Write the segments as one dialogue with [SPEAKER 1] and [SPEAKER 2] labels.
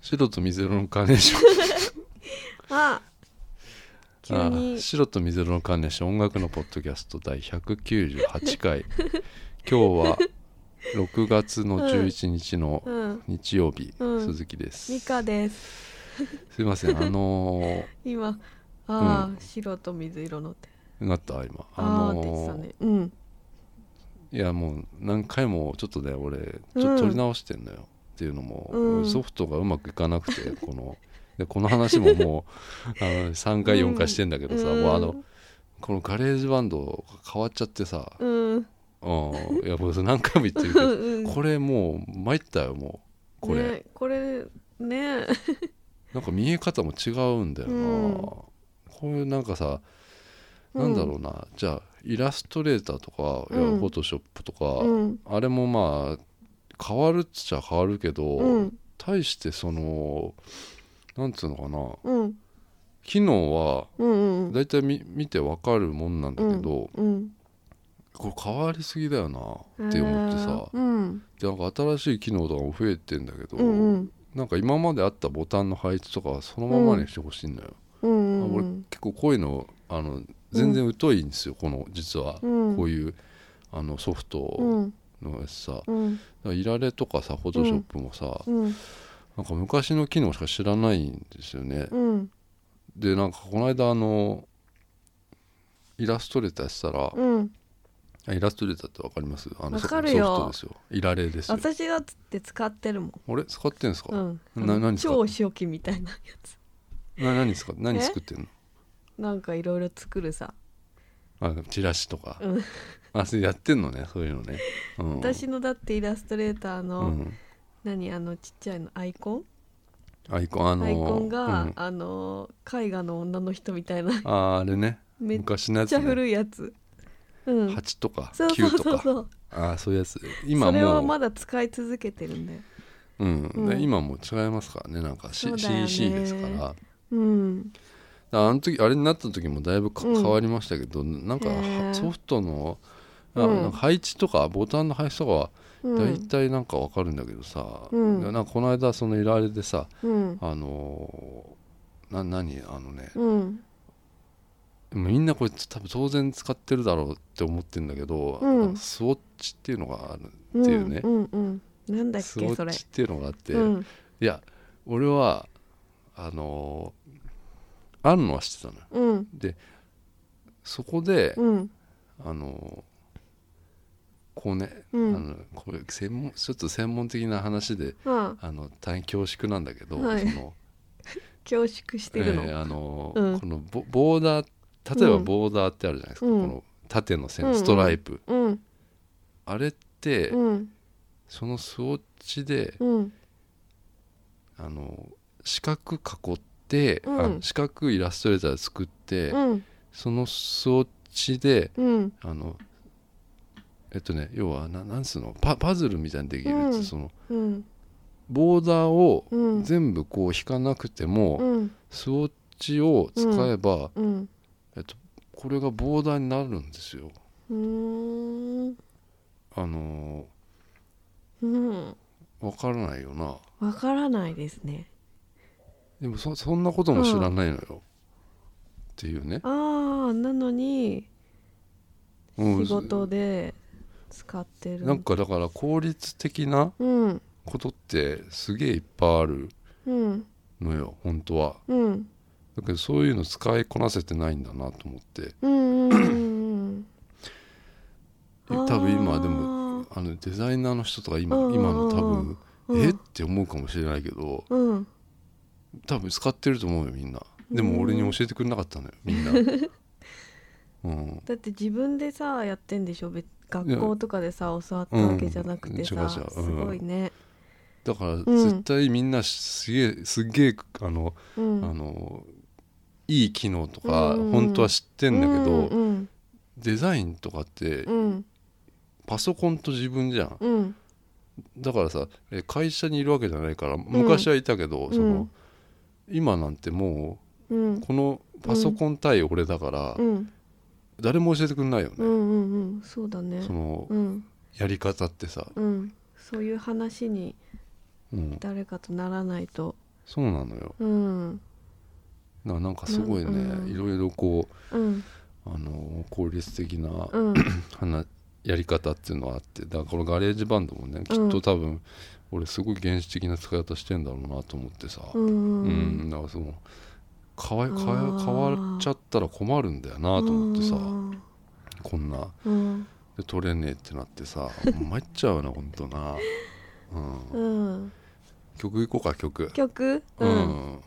[SPEAKER 1] 白と水色のカーネーション
[SPEAKER 2] あ 急
[SPEAKER 1] あ
[SPEAKER 2] に
[SPEAKER 1] あ白と水色の関連して音楽のポッドキャスト第198回 今日は6月の11日の
[SPEAKER 2] うん
[SPEAKER 1] 日曜日、
[SPEAKER 2] うん
[SPEAKER 1] 鈴木です
[SPEAKER 2] ミカです
[SPEAKER 1] すいま せんあの
[SPEAKER 2] 今ああ、白と水色のって
[SPEAKER 1] ーなった今
[SPEAKER 2] あ、
[SPEAKER 1] あ
[SPEAKER 2] あーって言ってた
[SPEAKER 1] のー
[SPEAKER 2] ねうん
[SPEAKER 1] いやもう何回もちょっとね俺ちょっ
[SPEAKER 2] う
[SPEAKER 1] と
[SPEAKER 2] ん
[SPEAKER 1] 撮り直してんのよ、っていうのも、
[SPEAKER 2] うん
[SPEAKER 1] ソフトがうまくいかなくてこのでこの話ももうあの3回4回してんだけどさ、
[SPEAKER 2] うん
[SPEAKER 1] もうあのこのガレージバンド変わっちゃってさ、
[SPEAKER 2] うん
[SPEAKER 1] うん、いやもうそれ何回も言ってるけど
[SPEAKER 2] うん
[SPEAKER 1] これもう参ったよもうこれ、
[SPEAKER 2] ねこれね
[SPEAKER 1] なんか見え方も違うんだよな、
[SPEAKER 2] うん
[SPEAKER 1] こういうなんかさなんだろうな、じゃあイラストレーターとか、いや
[SPEAKER 2] うん
[SPEAKER 1] フォトショップとか、
[SPEAKER 2] うん
[SPEAKER 1] あれもまあ変わるっちゃ変わるけど、
[SPEAKER 2] うん
[SPEAKER 1] 対してそのなんつうのかな
[SPEAKER 2] うん
[SPEAKER 1] 機能は
[SPEAKER 2] うんうん
[SPEAKER 1] だいたいみ見てわかるもんなんだけど、
[SPEAKER 2] うん
[SPEAKER 1] これ変わりすぎだよなって思ってさ、
[SPEAKER 2] うん
[SPEAKER 1] でなんか新しい機能とかも増えてんだけど、
[SPEAKER 2] うんうん
[SPEAKER 1] なんか今まであったボタンの配置とかはそのままにしてほしいんだよ、
[SPEAKER 2] うん
[SPEAKER 1] あ
[SPEAKER 2] う
[SPEAKER 1] 俺
[SPEAKER 2] ん
[SPEAKER 1] 結構こういうのあの全然疎いんですよ、この実は、
[SPEAKER 2] うん
[SPEAKER 1] こういうあのソフ
[SPEAKER 2] う
[SPEAKER 1] ト
[SPEAKER 2] ん
[SPEAKER 1] のやつさ、だか
[SPEAKER 2] うん
[SPEAKER 1] らいられとかさフォトショップもさ、
[SPEAKER 2] うん
[SPEAKER 1] なんか昔の機能しか知らないんですよね、
[SPEAKER 2] うん
[SPEAKER 1] でなんかこの間あのイラストレーターしたら、
[SPEAKER 2] うん
[SPEAKER 1] あイラストレーターってわかりますあの
[SPEAKER 2] わかるよ
[SPEAKER 1] ソフトですよイラレですよ
[SPEAKER 2] 私だって使ってるもん
[SPEAKER 1] 俺使ってんですか、
[SPEAKER 2] うん
[SPEAKER 1] な何使っ
[SPEAKER 2] 超初期みたいなや つ
[SPEAKER 1] な何ですか何作ってんの
[SPEAKER 2] なんかいろいろ作るさ、
[SPEAKER 1] あチラシとか、
[SPEAKER 2] うん、
[SPEAKER 1] あそれやってんのねそういうのね、うん、
[SPEAKER 2] 私のだってイラストレーター
[SPEAKER 1] う
[SPEAKER 2] の、
[SPEAKER 1] ん、
[SPEAKER 2] 何あのちっちゃいのアイコ
[SPEAKER 1] アイコンあ
[SPEAKER 2] ン、
[SPEAKER 1] のー
[SPEAKER 2] アイコンが、
[SPEAKER 1] うん
[SPEAKER 2] あの絵画の女の人 みたいな
[SPEAKER 1] あーあれね
[SPEAKER 2] めっ
[SPEAKER 1] 昔のや
[SPEAKER 2] ち
[SPEAKER 1] つ、
[SPEAKER 2] ゃ
[SPEAKER 1] ね、
[SPEAKER 2] 古いやつ、うん
[SPEAKER 1] 8とか
[SPEAKER 2] そうそう
[SPEAKER 1] 9と
[SPEAKER 2] そう
[SPEAKER 1] か
[SPEAKER 2] そう
[SPEAKER 1] ああそういうやつ今
[SPEAKER 2] それ
[SPEAKER 1] も
[SPEAKER 2] を
[SPEAKER 1] う、
[SPEAKER 2] まだ使い続けてるんだよ
[SPEAKER 1] うん
[SPEAKER 2] うん
[SPEAKER 1] 今もう違いますからねなんか、C
[SPEAKER 2] そうだよね
[SPEAKER 1] CC ですからだか
[SPEAKER 2] うん
[SPEAKER 1] らあの時あれになった時もだいぶか、
[SPEAKER 2] うん
[SPEAKER 1] 変わりましたけどなんか
[SPEAKER 2] へー
[SPEAKER 1] ソフトのあ
[SPEAKER 2] うん
[SPEAKER 1] なんか配置とかボタンの配置とかは
[SPEAKER 2] うん
[SPEAKER 1] 大体なんかわかるんだけどさ、
[SPEAKER 2] うん
[SPEAKER 1] なんかこの間そのいられでさ
[SPEAKER 2] うん
[SPEAKER 1] あのー、な何あのね
[SPEAKER 2] うん
[SPEAKER 1] みんなこれ多分当然使ってるだろうって思ってんだけど、
[SPEAKER 2] うん
[SPEAKER 1] なんかスウォッチっていうのがある
[SPEAKER 2] うん
[SPEAKER 1] っていうね
[SPEAKER 2] うんうんなんだっ
[SPEAKER 1] スウ
[SPEAKER 2] け
[SPEAKER 1] ォ
[SPEAKER 2] そ
[SPEAKER 1] ッ
[SPEAKER 2] れ
[SPEAKER 1] チっていうのがあって、
[SPEAKER 2] うん
[SPEAKER 1] いや俺はあのーあるのは知ってたのよ
[SPEAKER 2] うん
[SPEAKER 1] そこで、
[SPEAKER 2] うん
[SPEAKER 1] あのーこうね、
[SPEAKER 2] うん
[SPEAKER 1] あのこれ専門ちょっと専門的な話で
[SPEAKER 2] ああ
[SPEAKER 1] あの大変恐縮なんだけど、
[SPEAKER 2] はい
[SPEAKER 1] その
[SPEAKER 2] 恐縮してるの、
[SPEAKER 1] えーあのー
[SPEAKER 2] うん
[SPEAKER 1] このボボーダー例えば
[SPEAKER 2] うん
[SPEAKER 1] ボーダーってあるじゃないですか、
[SPEAKER 2] うん
[SPEAKER 1] この縦の
[SPEAKER 2] うんう
[SPEAKER 1] 線
[SPEAKER 2] ん
[SPEAKER 1] ストライプ、
[SPEAKER 2] うん
[SPEAKER 1] あれって、
[SPEAKER 2] うん
[SPEAKER 1] そのスウォッチで、
[SPEAKER 2] うん
[SPEAKER 1] あの四角囲って、
[SPEAKER 2] うん
[SPEAKER 1] あの四角いイラストレーターで作って、
[SPEAKER 2] うん
[SPEAKER 1] そのスウォッチで
[SPEAKER 2] うん
[SPEAKER 1] あのえっとね要はななんすのパパズルみたいにできるやつ、
[SPEAKER 2] うん
[SPEAKER 1] その
[SPEAKER 2] うん
[SPEAKER 1] ボーダーを
[SPEAKER 2] うん
[SPEAKER 1] 全部こう引かなくても、
[SPEAKER 2] うん
[SPEAKER 1] スウォッチを使えば、
[SPEAKER 2] うん
[SPEAKER 1] えっと、これがボーダーになるんですよ。
[SPEAKER 2] うーん
[SPEAKER 1] あの
[SPEAKER 2] うん
[SPEAKER 1] ーわからないよな
[SPEAKER 2] わからないですね
[SPEAKER 1] でもそそんなことも知らないのよ、っていうね、
[SPEAKER 2] ああなのに
[SPEAKER 1] うん
[SPEAKER 2] 仕事で使ってる
[SPEAKER 1] なんかだから効率的な
[SPEAKER 2] うん
[SPEAKER 1] ことってすげえいっぱいある
[SPEAKER 2] うん
[SPEAKER 1] のよ本当は
[SPEAKER 2] うん
[SPEAKER 1] だけどそういうの使いこなせてないんだなと思って
[SPEAKER 2] うんうんうん
[SPEAKER 1] え
[SPEAKER 2] うん
[SPEAKER 1] 多分今でも
[SPEAKER 2] も
[SPEAKER 1] あのデザイナーの人とか今
[SPEAKER 2] うんうんうん
[SPEAKER 1] 今の多分
[SPEAKER 2] うん
[SPEAKER 1] えって思うかもしれないけど
[SPEAKER 2] うん
[SPEAKER 1] 多分使ってると思うよみんなでも俺に教えてくれなかったのよみ んなうん
[SPEAKER 2] だって自分でさやってんでしょ別学校とかでさ教わったわけじゃなくてさ、
[SPEAKER 1] うん違う違う
[SPEAKER 2] すごいね、
[SPEAKER 1] だから絶対みんなすげえすげえあの
[SPEAKER 2] うん、
[SPEAKER 1] あのいい機能とか
[SPEAKER 2] うん
[SPEAKER 1] 本当は知ってんだけど
[SPEAKER 2] うん
[SPEAKER 1] デザインとかって
[SPEAKER 2] うん
[SPEAKER 1] パソコンと自分じゃん
[SPEAKER 2] うん
[SPEAKER 1] だからさえ会社にいるわけじゃないから昔はいたけど、
[SPEAKER 2] うん
[SPEAKER 1] そうの
[SPEAKER 2] ん
[SPEAKER 1] 今なんても
[SPEAKER 2] う
[SPEAKER 1] うんこのパソコン対俺だから、
[SPEAKER 2] うん
[SPEAKER 1] 誰も教えてくんないよね、
[SPEAKER 2] うんうんうんそうだね
[SPEAKER 1] その
[SPEAKER 2] うん
[SPEAKER 1] やり方ってさ、
[SPEAKER 2] うんそういう話に
[SPEAKER 1] うん
[SPEAKER 2] 誰かとならないと
[SPEAKER 1] そうなのよ
[SPEAKER 2] うん
[SPEAKER 1] だからなんかすごいね、
[SPEAKER 2] うんうん
[SPEAKER 1] いろいろこ
[SPEAKER 2] うん
[SPEAKER 1] うあの効率的な、
[SPEAKER 2] うん
[SPEAKER 1] 花やり方っていうのはあってだからこのガレージバンドもねきっと多分、俺すごい原始的な使い方してんだろうなと思ってさ、
[SPEAKER 2] うんうん
[SPEAKER 1] うんだからその変わ変
[SPEAKER 2] あ
[SPEAKER 1] わ
[SPEAKER 2] ー
[SPEAKER 1] 変わっちゃったら困るんだよなと思ってさ、こんな
[SPEAKER 2] うん
[SPEAKER 1] で取れねえってなってさ参っちゃうなほんとな、うん、
[SPEAKER 2] うん
[SPEAKER 1] 曲いこうか曲
[SPEAKER 2] 曲
[SPEAKER 1] う、
[SPEAKER 2] うんん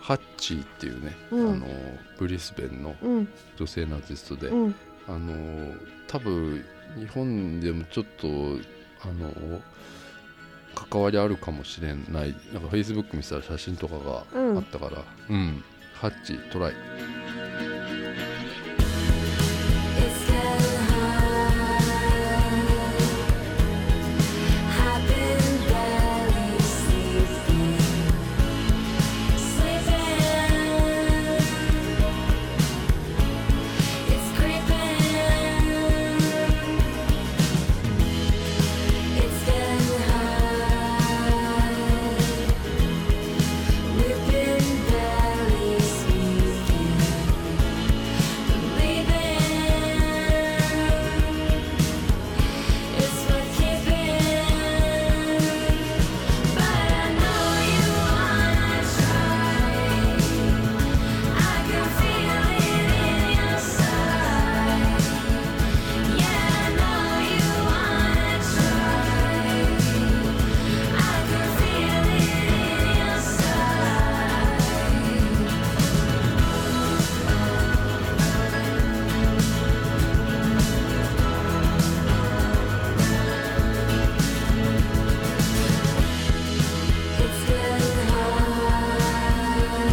[SPEAKER 1] ハッチーっていうね、
[SPEAKER 2] うん
[SPEAKER 1] あのブリスベンの
[SPEAKER 2] うん
[SPEAKER 1] 女性のアーティストで、
[SPEAKER 2] うん
[SPEAKER 1] あの多分日本でもちょっとあの関わりあるかもしれないなんかフェイスブック見せたら写真とかが
[SPEAKER 2] うん
[SPEAKER 1] あったから、うんハッチトライ
[SPEAKER 3] It's getting high. I've been barely sleeping, sleeping. It's creeping. It's getting high. We've been barely speaking. Inside. It's getting high.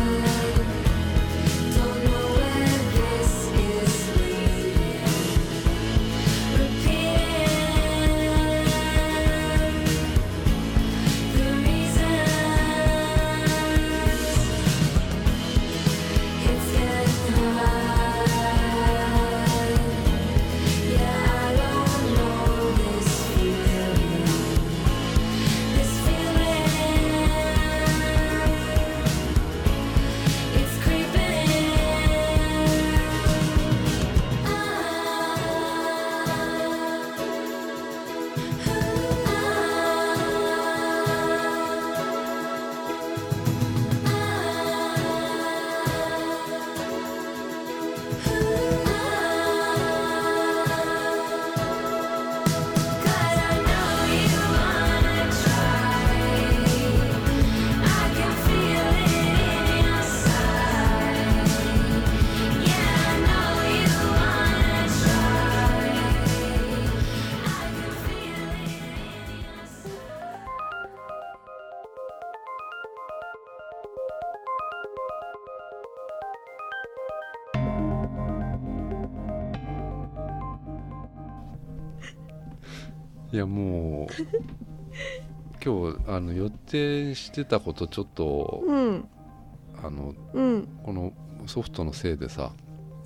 [SPEAKER 3] Don't know where this is leading. Repeating the reasons. It's getting high. Yeah, I don't know this feeling. This feeling, it's Ah, creeping. Cause I know you wanna try. I can feel it in your sight. Yeah, I know you wanna try. I can feel it in your sight.
[SPEAKER 1] いや もう今日あの予定してたことちょっと
[SPEAKER 2] うん
[SPEAKER 1] あの
[SPEAKER 2] うん
[SPEAKER 1] このソフトのせいでさ、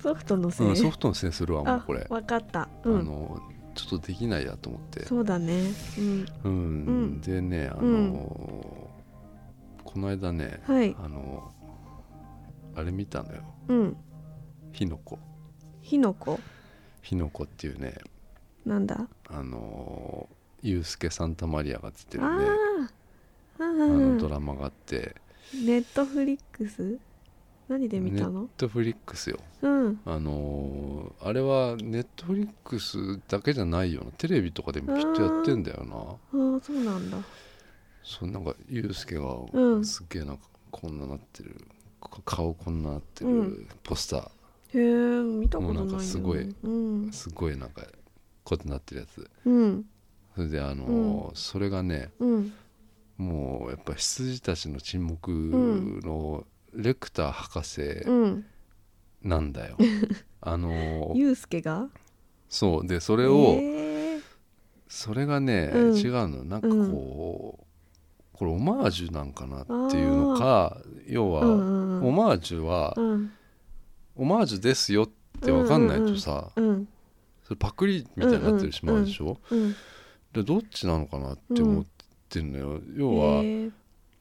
[SPEAKER 2] ソフトのせ
[SPEAKER 1] うん、ソ
[SPEAKER 2] い
[SPEAKER 1] フトのせいするわもう
[SPEAKER 2] あ
[SPEAKER 1] これ、
[SPEAKER 2] わかったう
[SPEAKER 1] あ
[SPEAKER 2] ん
[SPEAKER 1] のちょっとできないやと思って
[SPEAKER 2] そうだねうん
[SPEAKER 1] うん、
[SPEAKER 2] うん
[SPEAKER 1] でねあの、
[SPEAKER 2] うん
[SPEAKER 1] この間ね、
[SPEAKER 2] はい
[SPEAKER 1] あのあれ見たのよ
[SPEAKER 2] うん
[SPEAKER 1] 火の粉
[SPEAKER 2] 火の粉
[SPEAKER 1] 火の粉っていうね
[SPEAKER 2] なんだ
[SPEAKER 1] あのユースケ・サンタマリアが出てるね
[SPEAKER 2] ああ
[SPEAKER 1] あのド
[SPEAKER 2] ー
[SPEAKER 1] ラマがあって
[SPEAKER 2] ネットフリックス何で見
[SPEAKER 1] ネ
[SPEAKER 2] た
[SPEAKER 1] ッ
[SPEAKER 2] の
[SPEAKER 1] トフリックスよ
[SPEAKER 2] うん
[SPEAKER 1] あのあれはネットフリックスだけじゃないよなテレビとかでもきっとやってんだよな
[SPEAKER 2] ああそうなんだ
[SPEAKER 1] そうなんかユースケ
[SPEAKER 2] う
[SPEAKER 1] が
[SPEAKER 2] ん
[SPEAKER 1] すっげえなんかこんななってる、か顔こんななって
[SPEAKER 2] う
[SPEAKER 1] る
[SPEAKER 2] ん
[SPEAKER 1] ポスター、
[SPEAKER 2] へえ見たことないよ
[SPEAKER 1] もうなんかすごい
[SPEAKER 2] うん
[SPEAKER 1] すごいなんかこうやってなってるやつ
[SPEAKER 2] うん
[SPEAKER 1] それであの、それがね
[SPEAKER 2] うん
[SPEAKER 1] もうやっぱ羊たちの沈黙のレクター博士
[SPEAKER 2] うん
[SPEAKER 1] なんだよ、あ の
[SPEAKER 2] ゆうすけが
[SPEAKER 1] そうでそ
[SPEAKER 2] そ
[SPEAKER 1] れを、
[SPEAKER 2] えー
[SPEAKER 1] それがね、
[SPEAKER 2] うん
[SPEAKER 1] 違うのなんかこう、これオマージュなんかなっていうのか要は、
[SPEAKER 2] うんうん
[SPEAKER 1] オマージュは、
[SPEAKER 2] うん
[SPEAKER 1] オマージュですよって分かんないとさ、
[SPEAKER 2] うん
[SPEAKER 1] それパクリみたいになってるしまうでしょ、
[SPEAKER 2] うん
[SPEAKER 1] でどっちなのかなって思ってんのよ、要は、
[SPEAKER 2] へー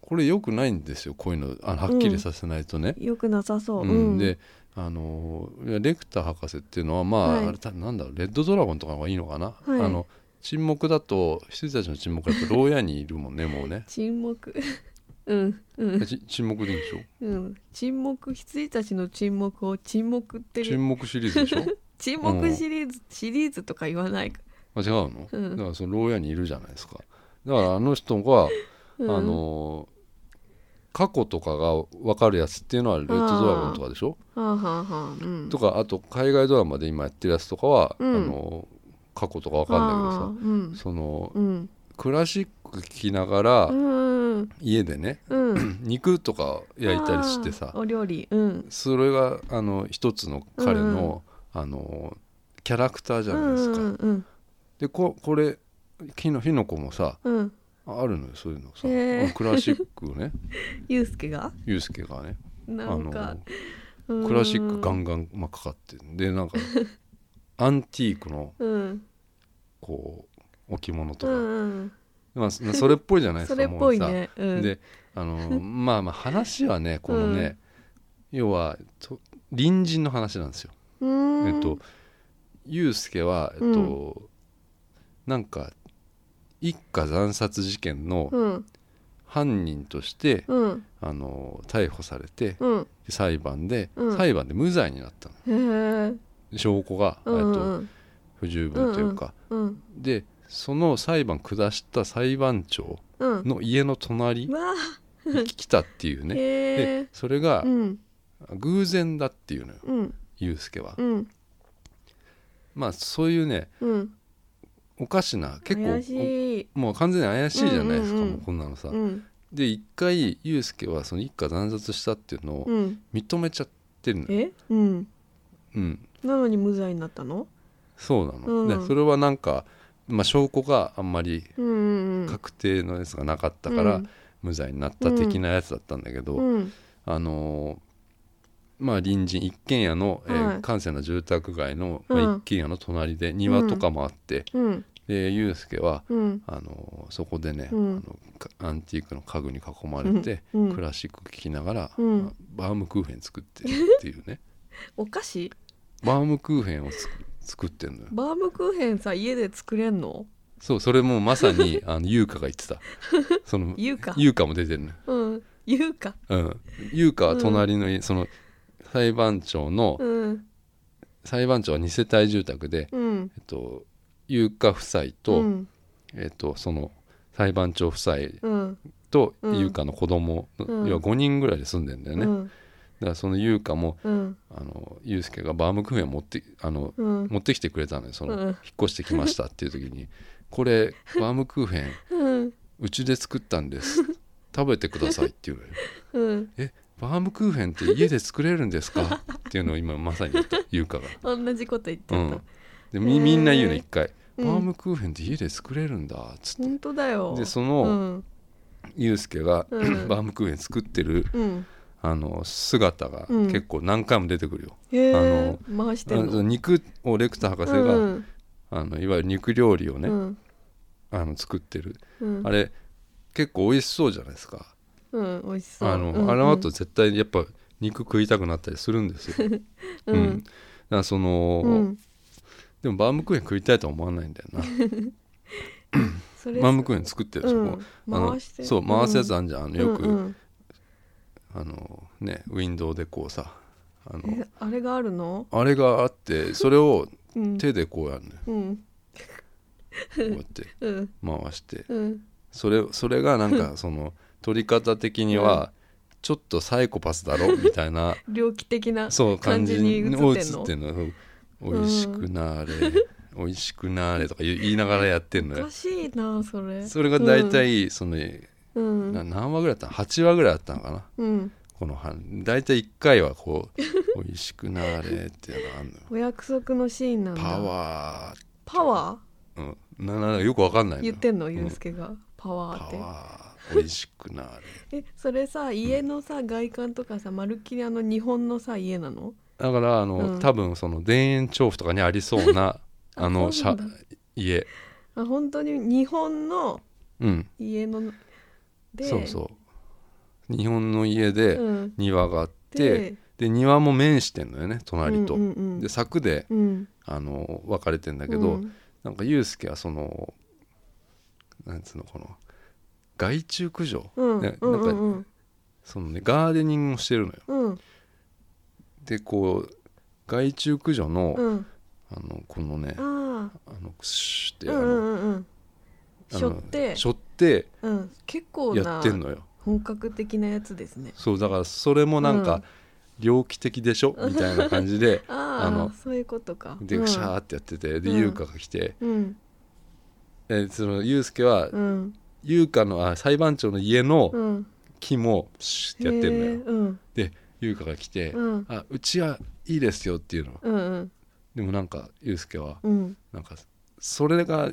[SPEAKER 1] これ良くないんですよこういうのあのはっきりさせないとね。
[SPEAKER 2] よくなさそう。
[SPEAKER 1] う
[SPEAKER 2] うんん。
[SPEAKER 1] であのいやレクター博士っていうのはまあ,、
[SPEAKER 2] はい
[SPEAKER 1] あれたなんだろうレッドドラゴンとかの方がいいのかな、
[SPEAKER 2] はい
[SPEAKER 1] あの沈黙だと羊たちの沈黙 だと牢屋にいるもんねもうね
[SPEAKER 2] 沈黙。 うん。うん
[SPEAKER 1] え。ち沈黙でいいんでしょ
[SPEAKER 2] うん。沈黙、羊たちの沈黙を沈黙ってる。
[SPEAKER 1] 沈黙シリーズで しょ
[SPEAKER 2] 沈黙シリーズ、シリーズとか言わないか。
[SPEAKER 1] あ違うの、
[SPEAKER 2] うん
[SPEAKER 1] だからその牢屋にいるじゃないですかだからあの人が、
[SPEAKER 2] うん
[SPEAKER 1] あの過去とかが分かるやつっていうのはレッドドラゴンとかでしょ
[SPEAKER 2] はあ、はあはあ、うん。
[SPEAKER 1] とかあと海外ドラマで今やってるやつとかは、
[SPEAKER 2] うん
[SPEAKER 1] あの過去とか分かるんだけどさ
[SPEAKER 2] あーうん
[SPEAKER 1] その
[SPEAKER 2] うん。
[SPEAKER 1] クラシック聴きながら、
[SPEAKER 2] うん。
[SPEAKER 1] 家でね
[SPEAKER 2] うん。
[SPEAKER 1] 肉とか焼いたりして
[SPEAKER 2] あ
[SPEAKER 1] さ
[SPEAKER 2] ーお料理。うん。
[SPEAKER 1] それがあの一つの彼の,、あのキャラクターじゃないですか。
[SPEAKER 2] うんうん
[SPEAKER 1] でここれきの火の粉もさ
[SPEAKER 2] うんうん。
[SPEAKER 1] あるのよそういうのさ、
[SPEAKER 2] へー
[SPEAKER 1] クラシックを ね
[SPEAKER 2] ゆうすけが。
[SPEAKER 1] ユースケがねあ
[SPEAKER 2] なんか。
[SPEAKER 1] の
[SPEAKER 2] ク
[SPEAKER 1] クラシックガ
[SPEAKER 2] ン。
[SPEAKER 1] ンガン、まあ、かかってるでなん かアンティークの
[SPEAKER 2] うん。
[SPEAKER 1] こう置物と
[SPEAKER 2] う
[SPEAKER 1] か、
[SPEAKER 2] ん
[SPEAKER 1] まあ、それっぽいじゃな
[SPEAKER 2] う
[SPEAKER 1] いです
[SPEAKER 2] ん。そ
[SPEAKER 1] か
[SPEAKER 2] れっぽい
[SPEAKER 1] もうさ
[SPEAKER 2] ね。うん。
[SPEAKER 1] であ のまあまあ話はねこのね、要はと隣人の話なんですよ。
[SPEAKER 2] うーん
[SPEAKER 1] えっと、ユウスケは、えっとなんか一家惨殺事件の
[SPEAKER 2] うん。
[SPEAKER 1] 犯人として、
[SPEAKER 2] うん。
[SPEAKER 1] あの逮捕されて、
[SPEAKER 2] うん。
[SPEAKER 1] 裁判で、
[SPEAKER 2] うん
[SPEAKER 1] 裁判で無罪になったの
[SPEAKER 2] へえ。
[SPEAKER 1] 証拠が、え
[SPEAKER 2] うん
[SPEAKER 1] っ
[SPEAKER 2] う
[SPEAKER 1] と、
[SPEAKER 2] ん
[SPEAKER 1] 不十分というか、
[SPEAKER 2] うん。
[SPEAKER 1] でその裁判下した裁判長
[SPEAKER 2] うん。
[SPEAKER 1] の家の隣
[SPEAKER 2] う
[SPEAKER 1] に
[SPEAKER 2] わ
[SPEAKER 1] 来たっていう
[SPEAKER 2] あ。
[SPEAKER 1] ね、
[SPEAKER 2] へ
[SPEAKER 1] で
[SPEAKER 2] え。
[SPEAKER 1] それが
[SPEAKER 2] うん。
[SPEAKER 1] 偶然だっていうのよ
[SPEAKER 2] うん。
[SPEAKER 1] ユウスケは、
[SPEAKER 2] うん。
[SPEAKER 1] まあそういうね
[SPEAKER 2] うん。
[SPEAKER 1] おかしな結
[SPEAKER 2] 怪
[SPEAKER 1] 構
[SPEAKER 2] しい。
[SPEAKER 1] もう完全に怪しいじゃないですか、
[SPEAKER 2] うんうんうん
[SPEAKER 1] もうこんなのさ、
[SPEAKER 2] うん。
[SPEAKER 1] で一回ユウスケはその一家惨殺したっていうのを
[SPEAKER 2] うん。
[SPEAKER 1] 認めちゃってるのよ、
[SPEAKER 2] え。うん。
[SPEAKER 1] うん、
[SPEAKER 2] なのに無罪になったの。
[SPEAKER 1] そうなの、
[SPEAKER 2] うん
[SPEAKER 1] でそれはなんか、まあ、証拠があんまり
[SPEAKER 2] うんうんうん。
[SPEAKER 1] 確定のやつがなかったから、
[SPEAKER 2] うん
[SPEAKER 1] 無罪になった的なやつだったんだけど、
[SPEAKER 2] うん。
[SPEAKER 1] あのーまあ隣人一軒家の、えー
[SPEAKER 2] はい
[SPEAKER 1] 閑静な住宅街の、
[SPEAKER 2] うん
[SPEAKER 1] まあ、一軒家の隣で庭とかもあって、
[SPEAKER 2] うん。
[SPEAKER 1] でユウスケは
[SPEAKER 2] うん。
[SPEAKER 1] あのーそこでね、
[SPEAKER 2] うん
[SPEAKER 1] あのかアンティークの家具に囲まれて、
[SPEAKER 2] うんうん
[SPEAKER 1] クラシック聴きながら、
[SPEAKER 2] うん
[SPEAKER 1] まあバームクーヘン作ってるっていう ね
[SPEAKER 2] お菓子。
[SPEAKER 1] バームクーヘンをつ作ってんのよ
[SPEAKER 2] バームクーヘンさ、家で作れんの。
[SPEAKER 1] そうそれもまさ にあの優香が言ってたその
[SPEAKER 2] 優香
[SPEAKER 1] 優香も出てるのよ
[SPEAKER 2] うん。言うか。
[SPEAKER 1] うん優香は隣の家、その裁判長の、
[SPEAKER 2] うん。
[SPEAKER 1] 裁判長は2世帯住宅で、
[SPEAKER 2] うん。
[SPEAKER 1] えっと、優香夫妻と、
[SPEAKER 2] うん。
[SPEAKER 1] えっと、その裁判長夫妻
[SPEAKER 2] うん。
[SPEAKER 1] と
[SPEAKER 2] うん
[SPEAKER 1] 優香の子供の、
[SPEAKER 2] うん
[SPEAKER 1] 要は5人ぐらいで住んでんだよね、
[SPEAKER 2] う
[SPEAKER 1] だか
[SPEAKER 2] ん。
[SPEAKER 1] らその優香も
[SPEAKER 2] うん。
[SPEAKER 1] あの祐介がバームクーヘンを持ってあの、
[SPEAKER 2] うん。
[SPEAKER 1] 持ってきてくれたのよその、
[SPEAKER 2] うん
[SPEAKER 1] 引っ越してきましたっていう時に「これバームクーヘン
[SPEAKER 2] うん。
[SPEAKER 1] うちで作ったんです食べてください」っていうのよ
[SPEAKER 2] うん。
[SPEAKER 1] えバームクーヘンって家で作れるんですかっていうのを今まさに言った優香が。
[SPEAKER 2] 同じこと言って
[SPEAKER 1] う
[SPEAKER 2] た
[SPEAKER 1] ん。、でみみんな言うの
[SPEAKER 2] へー
[SPEAKER 1] 一回、
[SPEAKER 2] うん
[SPEAKER 1] バームクーヘンって家で作れるんだっつって
[SPEAKER 2] 本当だよ。
[SPEAKER 1] でそのユウスケが、
[SPEAKER 2] うん
[SPEAKER 1] バームクーヘン作ってる
[SPEAKER 2] うん。うん。
[SPEAKER 1] あの姿が
[SPEAKER 2] うん
[SPEAKER 1] 結構何回も出てくるよ、
[SPEAKER 2] へ
[SPEAKER 1] あ
[SPEAKER 2] え。回して
[SPEAKER 1] あ
[SPEAKER 2] ん
[SPEAKER 1] の
[SPEAKER 2] の。
[SPEAKER 1] 肉をレクター博士が、
[SPEAKER 2] うん
[SPEAKER 1] あのいわゆる肉料理を
[SPEAKER 2] う
[SPEAKER 1] ね、
[SPEAKER 2] ん。
[SPEAKER 1] あの作ってる、
[SPEAKER 2] うん
[SPEAKER 1] あ。れ結構美味しそうじゃないですか
[SPEAKER 2] うん。美味しそう。
[SPEAKER 1] あの、あの後絶対やっぱ肉食いたくなったりするんです よ、
[SPEAKER 2] う
[SPEAKER 1] だ
[SPEAKER 2] ん
[SPEAKER 1] からその、
[SPEAKER 2] うん。
[SPEAKER 1] でもバームクーヘン食いたいとは思わないんだよな
[SPEAKER 2] それ
[SPEAKER 1] バームクーヘン作ってるでしょ、こうあ
[SPEAKER 2] うん
[SPEAKER 1] の
[SPEAKER 2] 回して
[SPEAKER 1] そう回すやつあんじゃん、あのよく、
[SPEAKER 2] うん
[SPEAKER 1] あのねウィンドウでこうさあ
[SPEAKER 2] うん
[SPEAKER 1] の
[SPEAKER 2] えあれがあるの？
[SPEAKER 1] あれがあってそれを
[SPEAKER 2] うん。
[SPEAKER 1] 手でこうやるのよ、
[SPEAKER 2] うん。
[SPEAKER 1] こうやって
[SPEAKER 2] うん。
[SPEAKER 1] 回して
[SPEAKER 2] うん。
[SPEAKER 1] それそれがなんかその取り方的にはちょっとサイコパスだろ みたいな
[SPEAKER 2] 猟奇的な
[SPEAKER 1] そう感
[SPEAKER 2] 感
[SPEAKER 1] じ
[SPEAKER 2] じに映ってん
[SPEAKER 1] を
[SPEAKER 2] の
[SPEAKER 1] 映ってんのそう美味しくなれ、美味しくなれとか言い言いながらやってん
[SPEAKER 2] お
[SPEAKER 1] のよ
[SPEAKER 2] かしいなそれ。
[SPEAKER 1] それが大体その、
[SPEAKER 2] うん。う
[SPEAKER 1] なん何話ぐらいだったの8話ぐらいあったのかな
[SPEAKER 2] うん。
[SPEAKER 1] この半大体1回はこ う「美味しくなれ」っていうのがあんのよ
[SPEAKER 2] お約束のシーンなんだ。
[SPEAKER 1] パワ
[SPEAKER 2] パワー。
[SPEAKER 1] ー、うん、なななよくわかんないの
[SPEAKER 2] 言
[SPEAKER 1] よ
[SPEAKER 2] ってんの
[SPEAKER 1] ん
[SPEAKER 2] ゆうすけが、
[SPEAKER 1] パ
[SPEAKER 2] パワーって
[SPEAKER 1] ワー美味しくなれ
[SPEAKER 2] えそれさ家のさ外観とかさまるっきりあの日本のさ家なの
[SPEAKER 1] だからあの、
[SPEAKER 2] うん
[SPEAKER 1] 多分その田園調布とかにありそう な
[SPEAKER 2] あ
[SPEAKER 1] あの
[SPEAKER 2] そうなんだ
[SPEAKER 1] しゃ家
[SPEAKER 2] あ本当に日本の
[SPEAKER 1] うん
[SPEAKER 2] 家ので
[SPEAKER 1] そうそ日本の家で
[SPEAKER 2] うん、
[SPEAKER 1] 庭があって、で庭も面してんのよね隣と、
[SPEAKER 2] うんうんうん
[SPEAKER 1] で柵で
[SPEAKER 2] うん、
[SPEAKER 1] あの分かれてんだけど、
[SPEAKER 2] うん
[SPEAKER 1] なんかユースケはそのなんつうのこの害虫駆除、
[SPEAKER 2] うん
[SPEAKER 1] ね
[SPEAKER 2] うんう
[SPEAKER 1] なんか
[SPEAKER 2] ん
[SPEAKER 1] そのねガーデニングをしてるのよ
[SPEAKER 2] うん
[SPEAKER 1] でこう害虫駆除の,、
[SPEAKER 2] うん
[SPEAKER 1] あのこのね
[SPEAKER 2] あ
[SPEAKER 1] あのシュッて
[SPEAKER 2] ーう
[SPEAKER 1] あ
[SPEAKER 2] ん
[SPEAKER 1] の、
[SPEAKER 2] うんうんうん
[SPEAKER 1] あ
[SPEAKER 2] しょ
[SPEAKER 1] の
[SPEAKER 2] って
[SPEAKER 1] しょって
[SPEAKER 2] うん結構
[SPEAKER 1] や
[SPEAKER 2] な
[SPEAKER 1] ってんのよ
[SPEAKER 2] 本格的なやつですね
[SPEAKER 1] そうだからそれもなんか、
[SPEAKER 2] うん
[SPEAKER 1] 猟奇的でしょみたいな感じ で
[SPEAKER 2] あ
[SPEAKER 1] あ
[SPEAKER 2] あ
[SPEAKER 1] の
[SPEAKER 2] そういうことか
[SPEAKER 1] で
[SPEAKER 2] うん
[SPEAKER 1] シャーってやっててで
[SPEAKER 2] うん
[SPEAKER 1] 優香が来て、
[SPEAKER 2] うん
[SPEAKER 1] えそのユースケは
[SPEAKER 2] うん
[SPEAKER 1] 優香、のあ裁判長の家の
[SPEAKER 2] うん
[SPEAKER 1] 木もシュッてやってんのよ、
[SPEAKER 2] へーうん
[SPEAKER 1] で優香が来て、
[SPEAKER 2] うん
[SPEAKER 1] あうちはいいですよっていうの
[SPEAKER 2] うんうん
[SPEAKER 1] でもなんかユースケは
[SPEAKER 2] うん
[SPEAKER 1] なんかそれが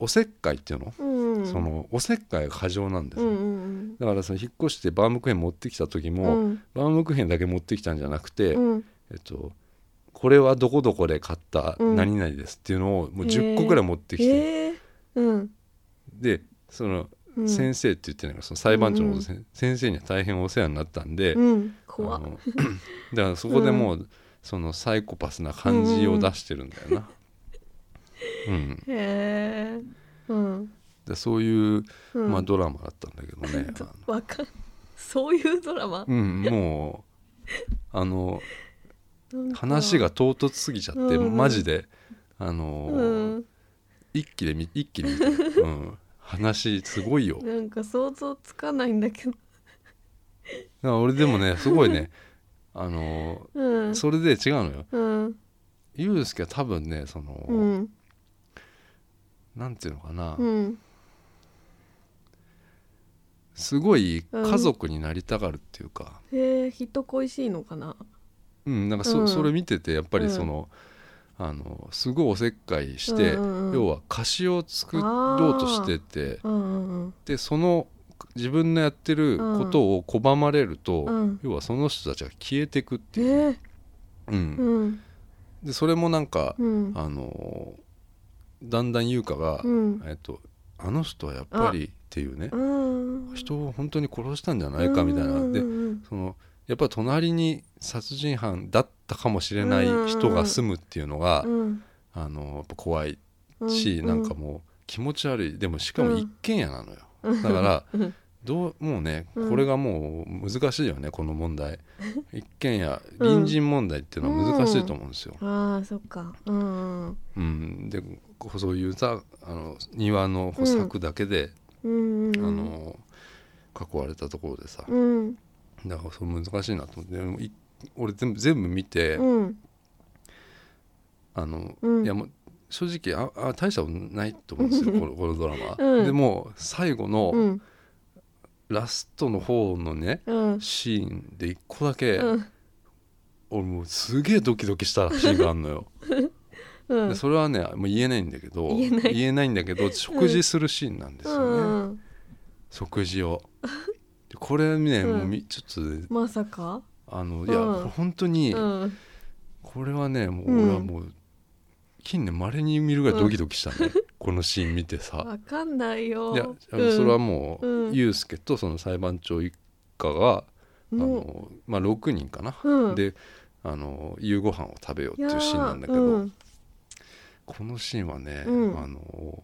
[SPEAKER 1] おせっかいっていうの、
[SPEAKER 2] うん
[SPEAKER 1] そのおせっかいが過剰なんです
[SPEAKER 2] う
[SPEAKER 1] よ、
[SPEAKER 2] んうん
[SPEAKER 1] だからその引っ越してバームクーヘン持ってきた時
[SPEAKER 2] うんう
[SPEAKER 1] も、
[SPEAKER 2] ん
[SPEAKER 1] バームクーヘンだけ持ってきたんじゃなくて、
[SPEAKER 2] うん
[SPEAKER 1] えっとこれはどこどこで買った
[SPEAKER 2] うん
[SPEAKER 1] 何々ですっていうのをもう10個ぐらい持ってきて、
[SPEAKER 2] へーうん
[SPEAKER 1] でその
[SPEAKER 2] うん
[SPEAKER 1] 先生って言ってないからその裁判長のこと、先生には大変お世話になったんで、
[SPEAKER 2] うん
[SPEAKER 1] あ
[SPEAKER 2] 怖っ
[SPEAKER 1] の だからそこでもう、そのサイコパスな感じを出してるんだよな。うん
[SPEAKER 2] へえうん
[SPEAKER 1] でそういう、
[SPEAKER 2] うん
[SPEAKER 1] まあ、ドラマだったんだけどね、あの
[SPEAKER 2] わかんそういうドラマ
[SPEAKER 1] うん、もうあの
[SPEAKER 2] なんか
[SPEAKER 1] 話が唐突すぎちゃって、
[SPEAKER 2] うんうん
[SPEAKER 1] マジであの、
[SPEAKER 2] うん
[SPEAKER 1] 一気で見一気で見た、うん、話すごいよだか
[SPEAKER 2] なんか想像つかないんだけど
[SPEAKER 1] ら俺でもね すごいねあの
[SPEAKER 2] うん
[SPEAKER 1] それで違うのよ
[SPEAKER 2] うん
[SPEAKER 1] ユースケは多分ねその、
[SPEAKER 2] うん
[SPEAKER 1] なんていうのかな、
[SPEAKER 2] うん
[SPEAKER 1] すごい家族になりたがるっていうか、
[SPEAKER 2] へえ人恋しいのかな
[SPEAKER 1] うんなんかそ,、
[SPEAKER 2] うん
[SPEAKER 1] それ見ててやっぱりその、あのすごいおせっかいして、
[SPEAKER 2] うんうんうん
[SPEAKER 1] 要は歌詞を作ろうとしてて
[SPEAKER 2] うんうん
[SPEAKER 1] でその自分のやってることを拒まれると、
[SPEAKER 2] うん
[SPEAKER 1] 要はその人たちが消えてくって
[SPEAKER 2] うん
[SPEAKER 1] いう、
[SPEAKER 2] へえ
[SPEAKER 1] うん
[SPEAKER 2] うん
[SPEAKER 1] でそれもなんか、
[SPEAKER 2] うん
[SPEAKER 1] あのーだんだん優香が、
[SPEAKER 2] うん
[SPEAKER 1] えっと、あの人はやっぱりっていうね
[SPEAKER 2] うん
[SPEAKER 1] 人を本当に殺したんじゃないかみたいな
[SPEAKER 2] うん
[SPEAKER 1] で
[SPEAKER 2] うん
[SPEAKER 1] そのやっぱり隣に殺人犯だったかもしれない人が住むっていうのが、
[SPEAKER 2] うん
[SPEAKER 1] あのーやっぱ怖い
[SPEAKER 2] うん
[SPEAKER 1] し、
[SPEAKER 2] う
[SPEAKER 1] なんかもう気持ち悪いでもしかも一軒家なのよ、だから
[SPEAKER 2] うん
[SPEAKER 1] どうもうね
[SPEAKER 2] うん
[SPEAKER 1] これがもう難しいよねこの問 題一軒家
[SPEAKER 2] うん
[SPEAKER 1] 隣人問題っていうのは難しいと思うんですよ。
[SPEAKER 2] ああそっかうん
[SPEAKER 1] うん、でこうそういうさあの庭の
[SPEAKER 2] うん
[SPEAKER 1] 柵だけで、
[SPEAKER 2] うんうん
[SPEAKER 1] あの囲われたところでさ、
[SPEAKER 2] うん
[SPEAKER 1] だからそう難しいなと思ってでもい俺全部全部見て、
[SPEAKER 2] うん
[SPEAKER 1] あの
[SPEAKER 2] うん
[SPEAKER 1] いやもう正直ああ大したことないと思うん ですよこのこのドラマ、
[SPEAKER 2] うん
[SPEAKER 1] でも最後
[SPEAKER 2] う
[SPEAKER 1] の
[SPEAKER 2] ん
[SPEAKER 1] ラストの方のね、
[SPEAKER 2] うん
[SPEAKER 1] シーンで一個だけ、
[SPEAKER 2] うん
[SPEAKER 1] 俺もうすげえドキドキしたシーンがあるのよ、
[SPEAKER 2] うん
[SPEAKER 1] でそれはねもう言えないんだけど
[SPEAKER 2] 言えない
[SPEAKER 1] んだけど食事するシーンなんですよね。
[SPEAKER 2] うん
[SPEAKER 1] 食事をでこれね、
[SPEAKER 2] うん
[SPEAKER 1] もうみちょっとね
[SPEAKER 2] まさか
[SPEAKER 1] あのい
[SPEAKER 2] うん
[SPEAKER 1] や、本当に、
[SPEAKER 2] うん
[SPEAKER 1] これはねも
[SPEAKER 2] う
[SPEAKER 1] うん俺はもう近年まれに見るぐらいドキドキしたね、このシーン見てさ
[SPEAKER 2] わかんないよ
[SPEAKER 1] いやあ
[SPEAKER 2] う
[SPEAKER 1] の
[SPEAKER 2] ん
[SPEAKER 1] それはもう、
[SPEAKER 2] うん
[SPEAKER 1] ユースケとその裁判長一家が、あ
[SPEAKER 2] もう
[SPEAKER 1] のまあ、6人かな、
[SPEAKER 2] うん
[SPEAKER 1] であの夕ご飯を食べようっ
[SPEAKER 2] いや
[SPEAKER 1] ていうシーンなんだけど、
[SPEAKER 2] うん
[SPEAKER 1] このシーンはね、
[SPEAKER 2] うん
[SPEAKER 1] あの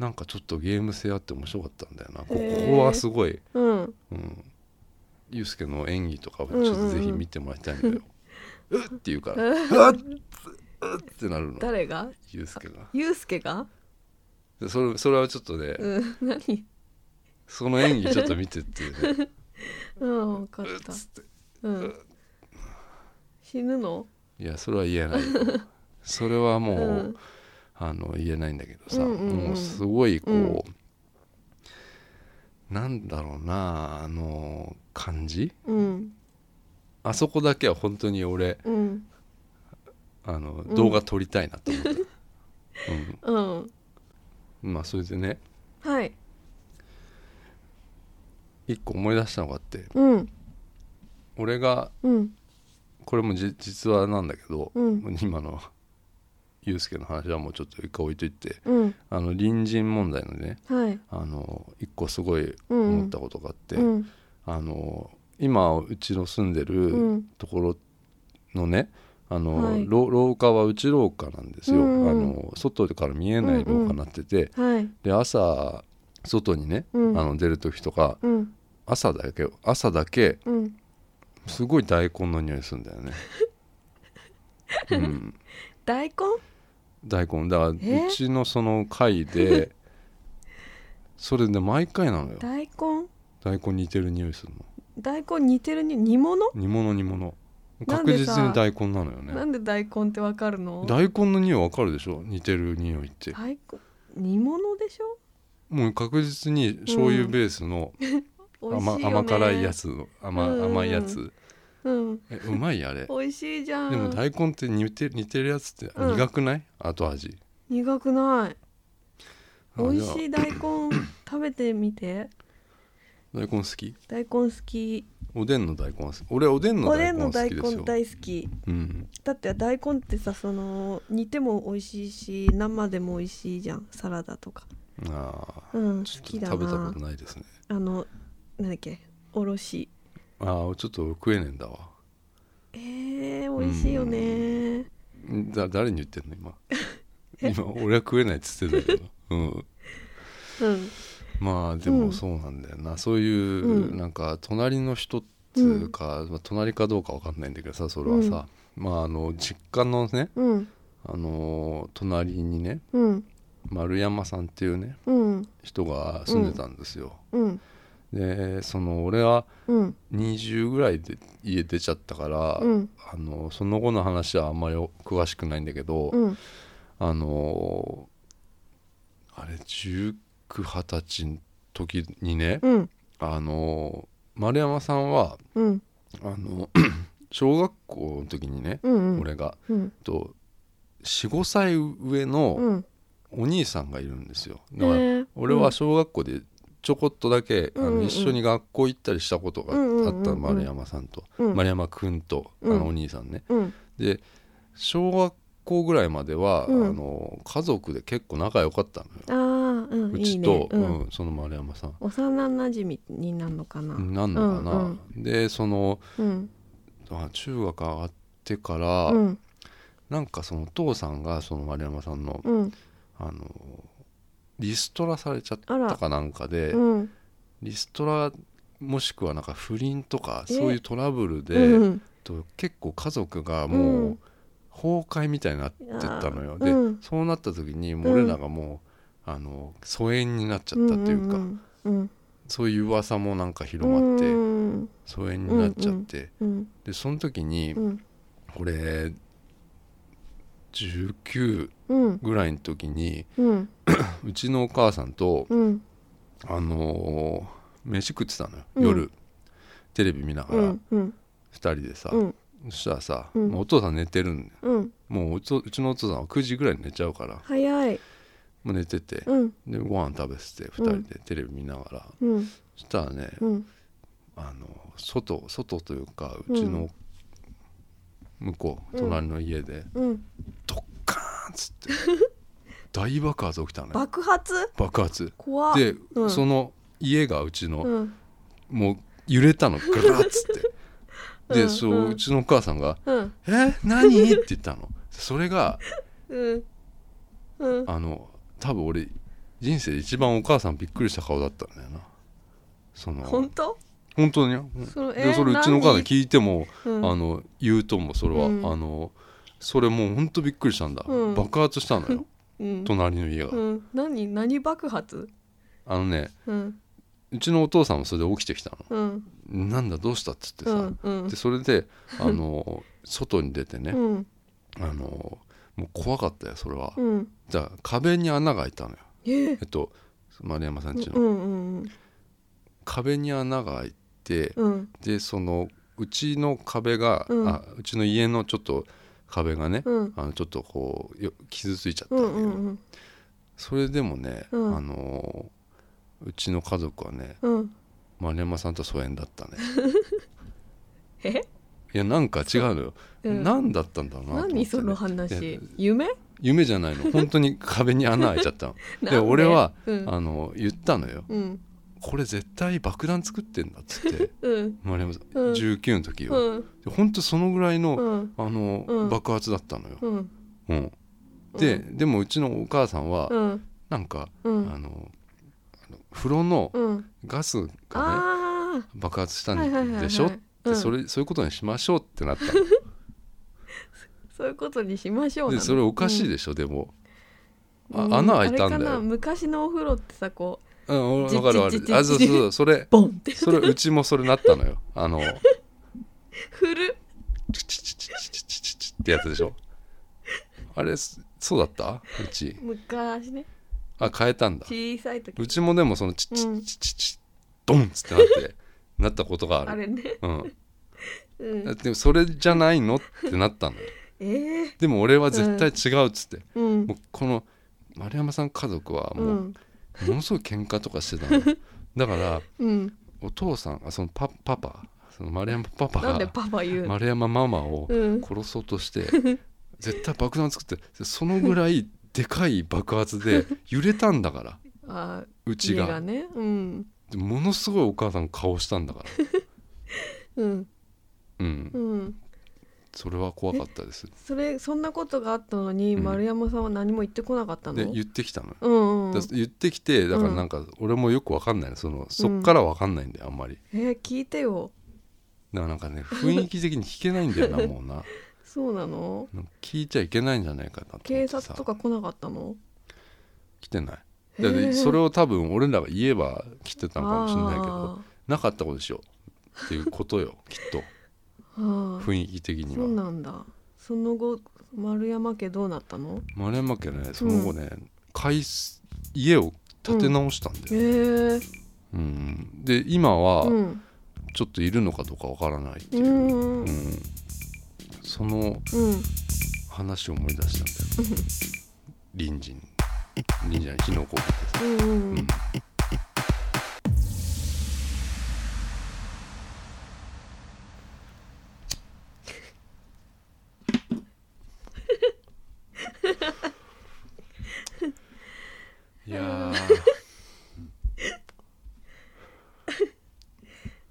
[SPEAKER 1] なんかちょっとゲーム性あって面白かったんだよなこ
[SPEAKER 2] へー
[SPEAKER 1] ここはすごい
[SPEAKER 2] うん
[SPEAKER 1] うん、ユースケの演技とかをちょっとぜひ見てもらいたいんだ よ。うっって言うから、うっうっってなるの、
[SPEAKER 2] 誰が
[SPEAKER 1] ユースケが。
[SPEAKER 2] ゆうすけが
[SPEAKER 1] でそれそれはちょっとね、
[SPEAKER 2] うん 何
[SPEAKER 1] その演技ちょっと見てっていう ね、
[SPEAKER 2] うんわかっ
[SPEAKER 1] うったつって。
[SPEAKER 2] うん死ぬの
[SPEAKER 1] いや、それは言えないよ。それはもう、
[SPEAKER 2] うん
[SPEAKER 1] あの言えないんだけどさ、
[SPEAKER 2] うんうんうん
[SPEAKER 1] もうすごいこう、なんだろうな、あの感じ
[SPEAKER 2] うん
[SPEAKER 1] あそこだけは本当に俺、
[SPEAKER 2] うん
[SPEAKER 1] あの
[SPEAKER 2] うん
[SPEAKER 1] 動画撮りたいなと思った。うん
[SPEAKER 2] うん
[SPEAKER 1] まあそれでね
[SPEAKER 2] はい
[SPEAKER 1] 一個思い出したのがあって
[SPEAKER 2] うん
[SPEAKER 1] 俺が
[SPEAKER 2] うん
[SPEAKER 1] これもじ実はなんだけど、
[SPEAKER 2] うん
[SPEAKER 1] 今のユースケの話はもうちょっと一回置いといて
[SPEAKER 2] うん
[SPEAKER 1] あの隣人問題のね
[SPEAKER 2] はい
[SPEAKER 1] あの一個すごい
[SPEAKER 2] うんうん
[SPEAKER 1] 思ったことがあって、
[SPEAKER 2] うん
[SPEAKER 1] あの今うちの住んで
[SPEAKER 2] う
[SPEAKER 1] る
[SPEAKER 2] ん
[SPEAKER 1] ところのね、あの
[SPEAKER 2] はい
[SPEAKER 1] ろ廊下は内廊下なんですよ、
[SPEAKER 2] うんうん
[SPEAKER 1] あの外から見えない廊下になってて、
[SPEAKER 2] はい
[SPEAKER 1] で朝外にね、
[SPEAKER 2] うん
[SPEAKER 1] あの出る時とか
[SPEAKER 2] うん
[SPEAKER 1] 朝だけ朝だけ
[SPEAKER 2] うん
[SPEAKER 1] すごい大根の匂いするんだよ ね、うん、
[SPEAKER 2] 大根
[SPEAKER 1] 大根だからう
[SPEAKER 2] え
[SPEAKER 1] ちのその会 でそれね毎回なのよ
[SPEAKER 2] 大根
[SPEAKER 1] 大根似てる匂いするの
[SPEAKER 2] 大根似てるに煮物、
[SPEAKER 1] 煮物煮物
[SPEAKER 2] なん
[SPEAKER 1] 確
[SPEAKER 2] でさ
[SPEAKER 1] 実に大根なのよ
[SPEAKER 2] な
[SPEAKER 1] ね
[SPEAKER 2] んで大根ってわかるの
[SPEAKER 1] 大根の匂いわかるでしょ似てる匂いって
[SPEAKER 2] 大根煮物でしょ
[SPEAKER 1] もう確実に醤油ベースの
[SPEAKER 2] 美味しい
[SPEAKER 1] 甘,、
[SPEAKER 2] よね
[SPEAKER 1] 甘辛いやつの甘,、
[SPEAKER 2] うんうんうん
[SPEAKER 1] 甘いやつ
[SPEAKER 2] うん
[SPEAKER 1] えうまい あれ
[SPEAKER 2] 美味しいじゃん
[SPEAKER 1] でも大根って似て似てるやつって
[SPEAKER 2] うん
[SPEAKER 1] 苦くない、後味
[SPEAKER 2] 苦くない
[SPEAKER 1] あ
[SPEAKER 2] 美味
[SPEAKER 1] じ
[SPEAKER 2] し
[SPEAKER 1] ゃ
[SPEAKER 2] い 大根食べてみて
[SPEAKER 1] あ大根好き
[SPEAKER 2] 大根好き
[SPEAKER 1] おでんの大根は好き俺おでんの
[SPEAKER 2] おで
[SPEAKER 1] 大
[SPEAKER 2] ん
[SPEAKER 1] 根
[SPEAKER 2] の
[SPEAKER 1] 好
[SPEAKER 2] 大
[SPEAKER 1] きです
[SPEAKER 2] 根
[SPEAKER 1] よ
[SPEAKER 2] 大好き
[SPEAKER 1] うん
[SPEAKER 2] だって大根ってさその煮ても美味しいし生でも美味しいじゃんサラダとか
[SPEAKER 1] ああ
[SPEAKER 2] うん
[SPEAKER 1] ちょ
[SPEAKER 2] 好
[SPEAKER 1] っ
[SPEAKER 2] き
[SPEAKER 1] と
[SPEAKER 2] だな
[SPEAKER 1] 食べたことないですね
[SPEAKER 2] あのなんだっけおろし
[SPEAKER 1] ああちょっと食えねえんだわ
[SPEAKER 2] えー、美味しいよね
[SPEAKER 1] んだ誰に言ってんの 今今俺は食えないっつってたけど、うん、
[SPEAKER 2] うん
[SPEAKER 1] まあでもそうなんだよな、そういう
[SPEAKER 2] うん
[SPEAKER 1] なんか隣の人っていうか、まあ、隣かどうかわかんないんだけどさそれはさ、まああの実家のね
[SPEAKER 2] うん
[SPEAKER 1] あのー隣にね
[SPEAKER 2] うん
[SPEAKER 1] 丸山さんっていうね
[SPEAKER 2] うん
[SPEAKER 1] 人が住んでたんですよ、
[SPEAKER 2] うん
[SPEAKER 1] でその俺は
[SPEAKER 2] うん
[SPEAKER 1] 20ぐらいで家出ちゃったから、
[SPEAKER 2] うん
[SPEAKER 1] あのその後の話はあんまり詳しくないんだけど、
[SPEAKER 2] うん
[SPEAKER 1] あのーあれ1920歳の時にね、
[SPEAKER 2] うん
[SPEAKER 1] あのー丸山さんは
[SPEAKER 2] うん
[SPEAKER 1] あの 小学校の時にね、
[SPEAKER 2] うん
[SPEAKER 1] 俺が
[SPEAKER 2] うん
[SPEAKER 1] と45歳上
[SPEAKER 2] う
[SPEAKER 1] の
[SPEAKER 2] ん
[SPEAKER 1] お兄さんがいるんですよだから
[SPEAKER 2] ね
[SPEAKER 1] 俺は小学校でちょこっとだけ、あ
[SPEAKER 2] うんうんう
[SPEAKER 1] の
[SPEAKER 2] ん
[SPEAKER 1] 一緒に学校行ったりしたことが
[SPEAKER 2] うんうん
[SPEAKER 1] あ
[SPEAKER 2] うん
[SPEAKER 1] った
[SPEAKER 2] うん
[SPEAKER 1] 丸山さんと、
[SPEAKER 2] うん
[SPEAKER 1] 丸山くんとあ
[SPEAKER 2] うん
[SPEAKER 1] のお兄さんね、
[SPEAKER 2] うん
[SPEAKER 1] で小学校ぐらいまでは、
[SPEAKER 2] うん
[SPEAKER 1] あの家族で結構仲良かったのよ、
[SPEAKER 2] ああうん
[SPEAKER 1] う
[SPEAKER 2] いい
[SPEAKER 1] ち
[SPEAKER 2] ね
[SPEAKER 1] と
[SPEAKER 2] うん
[SPEAKER 1] うんその丸山さん
[SPEAKER 2] 幼なじみになるのかな
[SPEAKER 1] なんのかな、
[SPEAKER 2] うん
[SPEAKER 1] でその
[SPEAKER 2] うん
[SPEAKER 1] あ中学上がってから、
[SPEAKER 2] うん
[SPEAKER 1] なんかそのお父さんがその丸山さんの,、
[SPEAKER 2] うん
[SPEAKER 1] あのリストラされちゃったかなんかで、
[SPEAKER 2] うん
[SPEAKER 1] リストラもしくはなんか不倫とか
[SPEAKER 2] え
[SPEAKER 1] そういうトラブルで、
[SPEAKER 2] うん
[SPEAKER 1] と結構家族がもう、
[SPEAKER 2] うん
[SPEAKER 1] 崩壊みたいになってったのよ
[SPEAKER 2] あー
[SPEAKER 1] で、
[SPEAKER 2] うん
[SPEAKER 1] そうなった時にもう俺らがもう、あの疎遠になっちゃったっていうか、
[SPEAKER 2] んうん
[SPEAKER 1] そういう噂もなんか
[SPEAKER 2] う
[SPEAKER 1] 広ま
[SPEAKER 2] ん
[SPEAKER 1] って、
[SPEAKER 2] うん
[SPEAKER 1] 疎遠になっちゃって、
[SPEAKER 2] うん
[SPEAKER 1] でその時に
[SPEAKER 2] うん
[SPEAKER 1] 俺19
[SPEAKER 2] うん
[SPEAKER 1] ぐらいの時に
[SPEAKER 2] うん
[SPEAKER 1] うちのお母さんと、
[SPEAKER 2] うん
[SPEAKER 1] あのー飯食ってたのよ、
[SPEAKER 2] うん
[SPEAKER 1] 夜テレビ見なが
[SPEAKER 2] う
[SPEAKER 1] ら、
[SPEAKER 2] んうん
[SPEAKER 1] 2人でさ、
[SPEAKER 2] うん
[SPEAKER 1] そしたらさ、
[SPEAKER 2] うん
[SPEAKER 1] もうお父さん寝てるんだよ
[SPEAKER 2] うん
[SPEAKER 1] もうおとうちのお父さんは9時ぐらいに寝ちゃうから
[SPEAKER 2] 早い
[SPEAKER 1] もう寝てて、
[SPEAKER 2] うん
[SPEAKER 1] でご飯食べてて2人でテレビ見ながら、
[SPEAKER 2] うん
[SPEAKER 1] そしたらね、
[SPEAKER 2] うん
[SPEAKER 1] あの外外というか
[SPEAKER 2] うん
[SPEAKER 1] うちの向こう、
[SPEAKER 2] うん
[SPEAKER 1] 隣の家で
[SPEAKER 2] うん
[SPEAKER 1] ドッカーンっ つって大爆発起きたのよ
[SPEAKER 2] 爆発
[SPEAKER 1] 爆発
[SPEAKER 2] 怖っ
[SPEAKER 1] で、
[SPEAKER 2] うん
[SPEAKER 1] その家がうちの、
[SPEAKER 2] うん
[SPEAKER 1] もう揺れたのガラッつってで、
[SPEAKER 2] うん
[SPEAKER 1] そううんうちのお母さんが
[SPEAKER 2] うん
[SPEAKER 1] 「え何?」って言ったのそれが
[SPEAKER 2] うんうん
[SPEAKER 1] あの多分俺人生で一番お母さんびっくりした顔だったんだよなその
[SPEAKER 2] 本当
[SPEAKER 1] 本当によ
[SPEAKER 2] その
[SPEAKER 1] でそれうちのお母さん
[SPEAKER 2] い
[SPEAKER 1] 聞いても、
[SPEAKER 2] うん
[SPEAKER 1] あの言うともそれは、
[SPEAKER 2] うん
[SPEAKER 1] あのそれもう本当びっくりしたんだ、
[SPEAKER 2] うん
[SPEAKER 1] 爆発したのよ
[SPEAKER 2] うん
[SPEAKER 1] 隣の家が、
[SPEAKER 2] うん何何爆発
[SPEAKER 1] あのね
[SPEAKER 2] うん
[SPEAKER 1] うちのお父さんもそれで起きてきた
[SPEAKER 2] うん
[SPEAKER 1] のなんだどうしたっつって
[SPEAKER 2] う
[SPEAKER 1] さ、
[SPEAKER 2] んうん
[SPEAKER 1] でそれであの外に出てね、
[SPEAKER 2] うん
[SPEAKER 1] あのもう怖かったよそれは、
[SPEAKER 2] うん
[SPEAKER 1] じゃあ壁に穴が開いたのよ
[SPEAKER 2] え
[SPEAKER 1] えっと丸山さんちの、
[SPEAKER 2] うんうん
[SPEAKER 1] 壁に穴が開いて、
[SPEAKER 2] うん
[SPEAKER 1] でそのうちの壁が、
[SPEAKER 2] うん
[SPEAKER 1] あうちの家のちょっと壁がね、
[SPEAKER 2] うん
[SPEAKER 1] あのちょっとこうよ傷ついちゃった
[SPEAKER 2] うんん
[SPEAKER 1] だ
[SPEAKER 2] う
[SPEAKER 1] けど、
[SPEAKER 2] ん
[SPEAKER 1] それでもね、
[SPEAKER 2] うん
[SPEAKER 1] あのーうちの家族はね
[SPEAKER 2] うんうん
[SPEAKER 1] 丸山さんと疎遠だったね
[SPEAKER 2] え
[SPEAKER 1] いやなんか違うのよ、
[SPEAKER 2] うん
[SPEAKER 1] 何だったんだろうなと思ってね、
[SPEAKER 2] 何その
[SPEAKER 1] いや
[SPEAKER 2] 話夢
[SPEAKER 1] 夢じゃ ないの本当に壁に穴開いちゃったの
[SPEAKER 2] なん
[SPEAKER 1] で俺は、
[SPEAKER 2] うん
[SPEAKER 1] あの言ったのよ
[SPEAKER 2] うん
[SPEAKER 1] これ絶対爆弾作ってんだっつって
[SPEAKER 2] うん
[SPEAKER 1] 丸山さん、
[SPEAKER 2] うん
[SPEAKER 1] 19の時
[SPEAKER 2] う
[SPEAKER 1] は、
[SPEAKER 2] ん
[SPEAKER 1] でほんとそのぐらいの、
[SPEAKER 2] うん
[SPEAKER 1] あの、
[SPEAKER 2] うん
[SPEAKER 1] 爆発だったのよ、
[SPEAKER 2] うん
[SPEAKER 1] うん、で、でもうちのお母さんは、
[SPEAKER 2] うん
[SPEAKER 1] なんか、
[SPEAKER 2] うん
[SPEAKER 1] あのあの風呂の
[SPEAKER 2] うん
[SPEAKER 1] ガスがね
[SPEAKER 2] あ
[SPEAKER 1] 爆発し
[SPEAKER 2] あ
[SPEAKER 1] た
[SPEAKER 2] はいはいはい
[SPEAKER 1] ん
[SPEAKER 2] はい
[SPEAKER 1] でしょっ
[SPEAKER 2] う
[SPEAKER 1] て
[SPEAKER 2] ん
[SPEAKER 1] それそういうことにしましょうってなった
[SPEAKER 2] そういうことにしましょう
[SPEAKER 1] ので
[SPEAKER 2] なの
[SPEAKER 1] それおかしい
[SPEAKER 2] うん
[SPEAKER 1] でしょでも
[SPEAKER 2] う
[SPEAKER 1] あ
[SPEAKER 2] ん
[SPEAKER 1] 穴開いたんだ
[SPEAKER 2] あれかな
[SPEAKER 1] よ
[SPEAKER 2] 昔のお風呂ってさこう
[SPEAKER 1] うん
[SPEAKER 2] じ
[SPEAKER 1] 分かる分
[SPEAKER 2] じ
[SPEAKER 1] か
[SPEAKER 2] じ
[SPEAKER 1] るあそうそう
[SPEAKER 2] じ
[SPEAKER 1] そうそれ
[SPEAKER 2] ボンって
[SPEAKER 1] それうちもそれなったのよあの
[SPEAKER 2] 振る
[SPEAKER 1] チチチチチチチチチってやつでしょあれそそうだったうち
[SPEAKER 2] 昔ね
[SPEAKER 1] あ変えたんだ
[SPEAKER 2] 小さい時
[SPEAKER 1] うちもでもそのチ
[SPEAKER 2] う
[SPEAKER 1] チ
[SPEAKER 2] ん
[SPEAKER 1] チチチドンっつってなってなったことがあ
[SPEAKER 2] あ
[SPEAKER 1] る
[SPEAKER 2] れね
[SPEAKER 1] うん
[SPEAKER 2] うん
[SPEAKER 1] でもそれじゃないのってなったのよ
[SPEAKER 2] ええ
[SPEAKER 1] でも俺は絶対違うっつって、
[SPEAKER 2] うん
[SPEAKER 1] もうこの丸山さん家族は
[SPEAKER 2] う
[SPEAKER 1] もうんうものすごい喧嘩とかしてたの、 だから
[SPEAKER 2] うん
[SPEAKER 1] お父さんあそのパパパその丸山パパ
[SPEAKER 2] なんで
[SPEAKER 1] が
[SPEAKER 2] パパ言うの
[SPEAKER 1] 丸山ママを
[SPEAKER 2] うん
[SPEAKER 1] 殺そうとして、絶対爆弾作ってそのぐらいでかい爆発 で揺れたんだから
[SPEAKER 2] あ
[SPEAKER 1] う
[SPEAKER 2] 家
[SPEAKER 1] ちが
[SPEAKER 2] がねうん
[SPEAKER 1] でものすごいお母さん顔したんだから
[SPEAKER 2] うん
[SPEAKER 1] うん
[SPEAKER 2] うん
[SPEAKER 1] それは怖かったです
[SPEAKER 2] それそんなことがあったのに
[SPEAKER 1] うん
[SPEAKER 2] 丸山さんは何も言ってこなかった
[SPEAKER 1] で
[SPEAKER 2] の
[SPEAKER 1] 言ってきたのよ
[SPEAKER 2] うんう
[SPEAKER 1] だ
[SPEAKER 2] ん
[SPEAKER 1] から言ってきてだからなんか俺もよくわかんないのそのそっからわかんないんだよあんまり
[SPEAKER 2] えー聞いてよ
[SPEAKER 1] だからなんかね雰囲気的に聞けないんだよなもう な
[SPEAKER 2] そうなの
[SPEAKER 1] なんか聞いちゃいけないんじゃないかなと思って
[SPEAKER 2] 警
[SPEAKER 1] さ
[SPEAKER 2] 察とか来なかったの
[SPEAKER 1] 来てない
[SPEAKER 2] へ
[SPEAKER 1] だっ
[SPEAKER 2] ー
[SPEAKER 1] てそれを多分俺らが言えば来てたのかもしれないけど
[SPEAKER 2] あ
[SPEAKER 1] なかったことでしょうっていうことよきっと
[SPEAKER 2] ーあー
[SPEAKER 1] 雰囲気的に
[SPEAKER 2] そう
[SPEAKER 1] は
[SPEAKER 2] なんだその後丸山家どうなったの
[SPEAKER 1] 丸山家ねその後ね、改す家を建て直したんだ
[SPEAKER 2] へえ
[SPEAKER 1] よ、うんで今
[SPEAKER 2] う
[SPEAKER 1] は
[SPEAKER 2] ん
[SPEAKER 1] ちょっといるのかどうかわからないって
[SPEAKER 2] う
[SPEAKER 1] い
[SPEAKER 2] ん
[SPEAKER 1] う、
[SPEAKER 2] う
[SPEAKER 1] う
[SPEAKER 2] んうん
[SPEAKER 1] んその話を思い出したんだよ 隣人隣人じゃない火の粉
[SPEAKER 2] うんうん
[SPEAKER 1] いや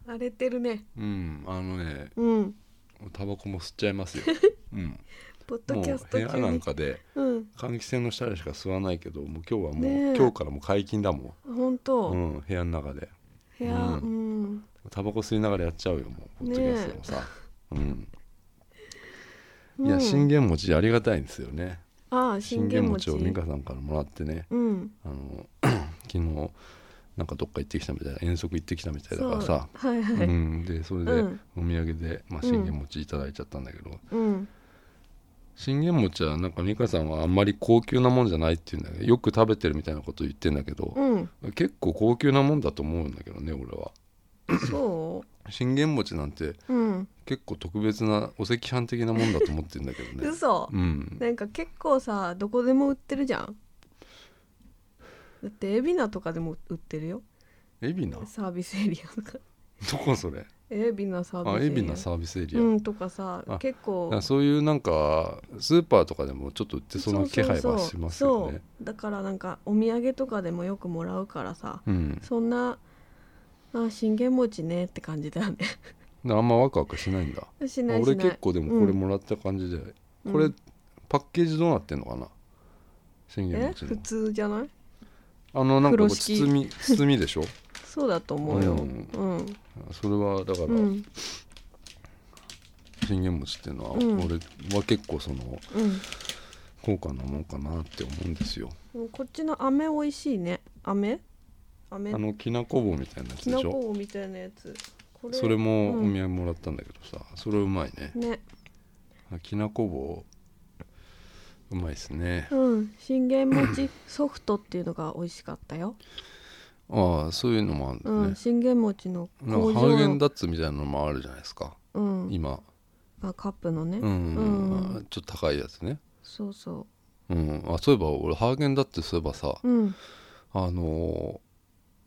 [SPEAKER 2] 荒れてるね
[SPEAKER 1] ーうんあのね
[SPEAKER 2] うん
[SPEAKER 1] タバコも吸っちゃい ますよ、うん、
[SPEAKER 2] ポッド
[SPEAKER 1] も
[SPEAKER 2] キャ
[SPEAKER 1] う
[SPEAKER 2] スト
[SPEAKER 1] 部屋
[SPEAKER 2] 中
[SPEAKER 1] なん
[SPEAKER 2] に
[SPEAKER 1] かで
[SPEAKER 2] うん
[SPEAKER 1] 換気扇の下でしか吸わないけどもう今日はもう、
[SPEAKER 2] ねえ
[SPEAKER 1] 今日からもう解禁だも
[SPEAKER 2] 本
[SPEAKER 1] ん、
[SPEAKER 2] 当
[SPEAKER 1] うん、部屋の中で
[SPEAKER 2] 部屋
[SPEAKER 1] う
[SPEAKER 2] うん
[SPEAKER 1] タバコ吸いながらやっちゃうよもうポッドキャストもさ、うん、いや信玄餅ありがたいんですよね
[SPEAKER 2] ああ
[SPEAKER 1] 信
[SPEAKER 2] 信
[SPEAKER 1] 玄
[SPEAKER 2] 玄
[SPEAKER 1] 餅
[SPEAKER 2] 餅
[SPEAKER 1] を美香さんからもらってね
[SPEAKER 2] うん
[SPEAKER 1] あの 昨日なんかどっか行ってきたみたいな遠足行ってきたみたいだから
[SPEAKER 2] そう
[SPEAKER 1] さ
[SPEAKER 2] はいは
[SPEAKER 1] う
[SPEAKER 2] い
[SPEAKER 1] ん、でそれで
[SPEAKER 2] うん
[SPEAKER 1] お土産で、まあ、信玄餅いただいちゃったんだけど、
[SPEAKER 2] うん
[SPEAKER 1] 信玄餅はなんか美香さんはあんまり高級なもんじゃないっていうんだけどよく食べてるみたいなこと言ってんだけど、
[SPEAKER 2] うん
[SPEAKER 1] 結構高級なもんだと思うんだけどね俺は
[SPEAKER 2] そ
[SPEAKER 1] 信玄餅なんて
[SPEAKER 2] ううん
[SPEAKER 1] 結構特別なお赤飯的なもんだと思ってんだけどね
[SPEAKER 2] 嘘
[SPEAKER 1] うん
[SPEAKER 2] なんか結構さどこでも売ってるじゃんだって海老名とかでも売ってるよ
[SPEAKER 1] 海老名
[SPEAKER 2] サービスエリアとか
[SPEAKER 1] どこそれ
[SPEAKER 2] 海老名サ
[SPEAKER 1] あ
[SPEAKER 2] ービスエリア
[SPEAKER 1] 海老名サービスエリア、
[SPEAKER 2] うんとかさ
[SPEAKER 1] あ
[SPEAKER 2] 結
[SPEAKER 1] だ
[SPEAKER 2] 構
[SPEAKER 1] からそういうなんかスーパーとかでもちょっと売ってそうな気配はしますよね
[SPEAKER 2] そうそうそうだからなんかお土産とかでもよくもらうからさ
[SPEAKER 1] うん、
[SPEAKER 2] そんなあ信玄餅ねって感じ だよね
[SPEAKER 1] あんまワクワクしないんだ
[SPEAKER 2] しないしない
[SPEAKER 1] 俺結構でもこれ
[SPEAKER 2] うん
[SPEAKER 1] もらった感じで、
[SPEAKER 2] うん
[SPEAKER 1] これパッケージどうなってんのかな信玄
[SPEAKER 2] え
[SPEAKER 1] 餅
[SPEAKER 2] 普
[SPEAKER 1] の
[SPEAKER 2] 通じゃない
[SPEAKER 1] あのなんかこう
[SPEAKER 2] 風呂敷
[SPEAKER 1] 包み包みでしょ
[SPEAKER 2] そうだと思うよ
[SPEAKER 1] う
[SPEAKER 2] うんん
[SPEAKER 1] それはだから
[SPEAKER 2] うん
[SPEAKER 1] 信玄餅っていうのは、
[SPEAKER 2] うん
[SPEAKER 1] 俺は結構その
[SPEAKER 2] うん
[SPEAKER 1] 高価なもんかなって思うんですよ
[SPEAKER 2] うんこっちの飴美味しいね飴
[SPEAKER 1] あ
[SPEAKER 2] 飴
[SPEAKER 1] のきなこ棒みたいなやつ
[SPEAKER 2] き
[SPEAKER 1] で
[SPEAKER 2] な
[SPEAKER 1] しょ
[SPEAKER 2] こみたいなやつこれ
[SPEAKER 1] それもお
[SPEAKER 2] う
[SPEAKER 1] 土
[SPEAKER 2] ん
[SPEAKER 1] 産もらったんだけどさ、それうまいね
[SPEAKER 2] ね
[SPEAKER 1] きなこ棒うまいですね
[SPEAKER 2] うん信玄餅ソフトっていうのが美味しかったよ
[SPEAKER 1] ああそういうのもあるんだ
[SPEAKER 2] う
[SPEAKER 1] ね、
[SPEAKER 2] ん信玄餅の
[SPEAKER 1] なん
[SPEAKER 2] 工
[SPEAKER 1] かハーゲ
[SPEAKER 2] 場
[SPEAKER 1] ンダッツみたいなのもあるじゃないですか、
[SPEAKER 2] うん
[SPEAKER 1] 今
[SPEAKER 2] あカップのね
[SPEAKER 1] うん、
[SPEAKER 2] うん
[SPEAKER 1] ちょっと高いやつね、
[SPEAKER 2] そうそ
[SPEAKER 1] うん、あそういえば俺ハーゲンダッツそういえばさ
[SPEAKER 2] ううん
[SPEAKER 1] あの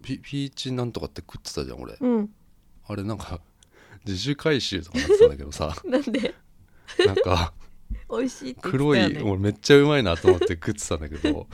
[SPEAKER 1] ーピピーチなんとかって食ってたじゃん俺、
[SPEAKER 2] うん
[SPEAKER 1] あれなんか 自主回収とかなってたんだけど さ
[SPEAKER 2] なんで
[SPEAKER 1] なんか
[SPEAKER 2] 美味しいって言ってたよ
[SPEAKER 1] 黒い、
[SPEAKER 2] ね
[SPEAKER 1] 俺めっちゃうまいなと思って食ってたんだけど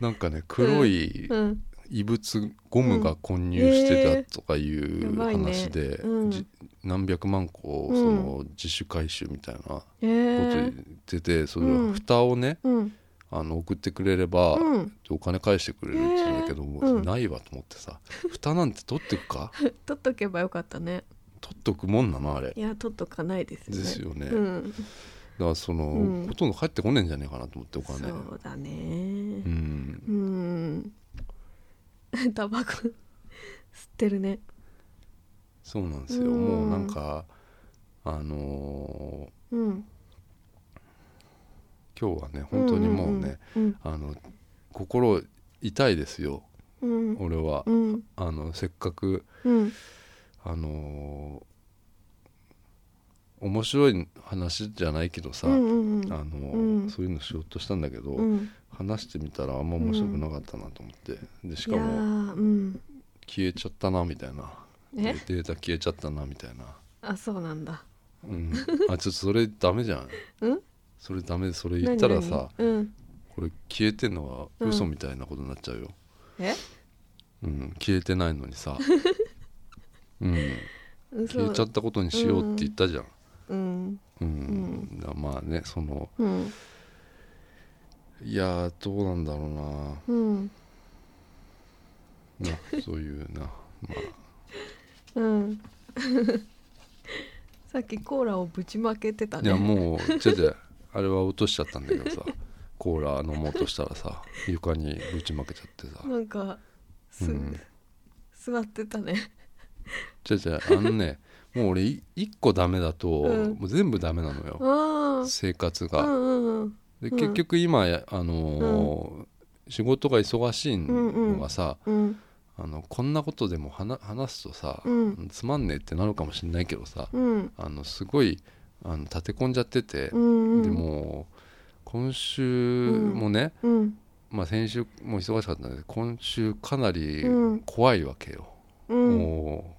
[SPEAKER 1] なんかね黒い
[SPEAKER 2] うん
[SPEAKER 1] 異物ゴムが混入してたとかい
[SPEAKER 2] へ
[SPEAKER 1] う
[SPEAKER 2] ーやばいね
[SPEAKER 1] 話で、
[SPEAKER 2] うん
[SPEAKER 1] じ何百万個その自主回収みたいなこと
[SPEAKER 2] え
[SPEAKER 1] 言っ
[SPEAKER 2] ー、
[SPEAKER 1] てて、そ
[SPEAKER 2] うん
[SPEAKER 1] の蓋をね
[SPEAKER 2] うん
[SPEAKER 1] あの送ってくれれば、
[SPEAKER 2] うん
[SPEAKER 1] お金返してくれるって言うんだけども、
[SPEAKER 2] へーうん
[SPEAKER 1] ないわと思って さ蓋なんて取ってくか
[SPEAKER 2] 取っとけばよかったね
[SPEAKER 1] 取っとくもんなのあれ
[SPEAKER 2] いや取っとかないですよね
[SPEAKER 1] ですよね、
[SPEAKER 2] う
[SPEAKER 1] だ
[SPEAKER 2] ん、
[SPEAKER 1] からその、
[SPEAKER 2] うん
[SPEAKER 1] ほとんど返ってこねえんじゃねえかなと思ってお
[SPEAKER 2] そ
[SPEAKER 1] 金
[SPEAKER 2] うだね
[SPEAKER 1] うん
[SPEAKER 2] うん、 タバコ吸ってるね
[SPEAKER 1] そうなんですよ、
[SPEAKER 2] うん
[SPEAKER 1] もうなんかあの
[SPEAKER 2] うん
[SPEAKER 1] ー今日はね本当にもうね、
[SPEAKER 2] うん
[SPEAKER 1] あの心痛いですよ
[SPEAKER 2] うん
[SPEAKER 1] 俺は、
[SPEAKER 2] うん
[SPEAKER 1] あのせっかく
[SPEAKER 2] うん
[SPEAKER 1] あのー面白い話じゃないけどさ、
[SPEAKER 2] うんうんうん
[SPEAKER 1] あのー
[SPEAKER 2] うん
[SPEAKER 1] そういうのしようとしたんだけど、
[SPEAKER 2] うん
[SPEAKER 1] 話してみたらあんま面白くなかったなと思って、でしか
[SPEAKER 2] いや
[SPEAKER 1] も
[SPEAKER 2] ーうん
[SPEAKER 1] 消えちゃったなみたいなでデ
[SPEAKER 2] え
[SPEAKER 1] ータ消えちゃったなみたいな、
[SPEAKER 2] あそうなんだ
[SPEAKER 1] うん、あちょっとそれダメじゃん
[SPEAKER 2] うん
[SPEAKER 1] それダメそれ言ったらさ
[SPEAKER 2] 何々うん
[SPEAKER 1] これ消えてんのは嘘みたいなことになっちゃうよ、
[SPEAKER 2] え
[SPEAKER 1] うん、消えてないのに さ、うん、
[SPEAKER 2] 嘘
[SPEAKER 1] 消えちゃったことにしようって言ったじゃん、
[SPEAKER 2] うん
[SPEAKER 1] うんだからまあねその
[SPEAKER 2] うん
[SPEAKER 1] いやーどうなんだろう
[SPEAKER 2] うん
[SPEAKER 1] ななそういうな、まあ、
[SPEAKER 2] うん さっきコーラをぶちまけてた
[SPEAKER 1] い
[SPEAKER 2] ね
[SPEAKER 1] やもうちょちょあれは落としちゃったんだけど さコーラ飲もうとしたらさ床にぶちまけちゃってさ
[SPEAKER 2] なんかす、
[SPEAKER 1] うん
[SPEAKER 2] 座ってたね
[SPEAKER 1] ちょちょあのねもう俺い一個ダメだと、
[SPEAKER 2] うん
[SPEAKER 1] もう全部ダメなのよ
[SPEAKER 2] あ
[SPEAKER 1] 生活
[SPEAKER 2] あう
[SPEAKER 1] が、
[SPEAKER 2] んうんうん
[SPEAKER 1] で
[SPEAKER 2] うん
[SPEAKER 1] 結局今、あのー仕事が忙しいのがさ、
[SPEAKER 2] うん
[SPEAKER 1] あのこんなことでも話話すとさ、
[SPEAKER 2] うん
[SPEAKER 1] つまんねえってなるかもしれないけどさ、
[SPEAKER 2] うん
[SPEAKER 1] あのすごいあの立て込んじゃってて、
[SPEAKER 2] うん
[SPEAKER 1] でも今週もね、
[SPEAKER 2] うん
[SPEAKER 1] まあ、先週も忙しかったんだけど今週かなり
[SPEAKER 2] うん
[SPEAKER 1] 怖いわけよ、
[SPEAKER 2] うん
[SPEAKER 1] も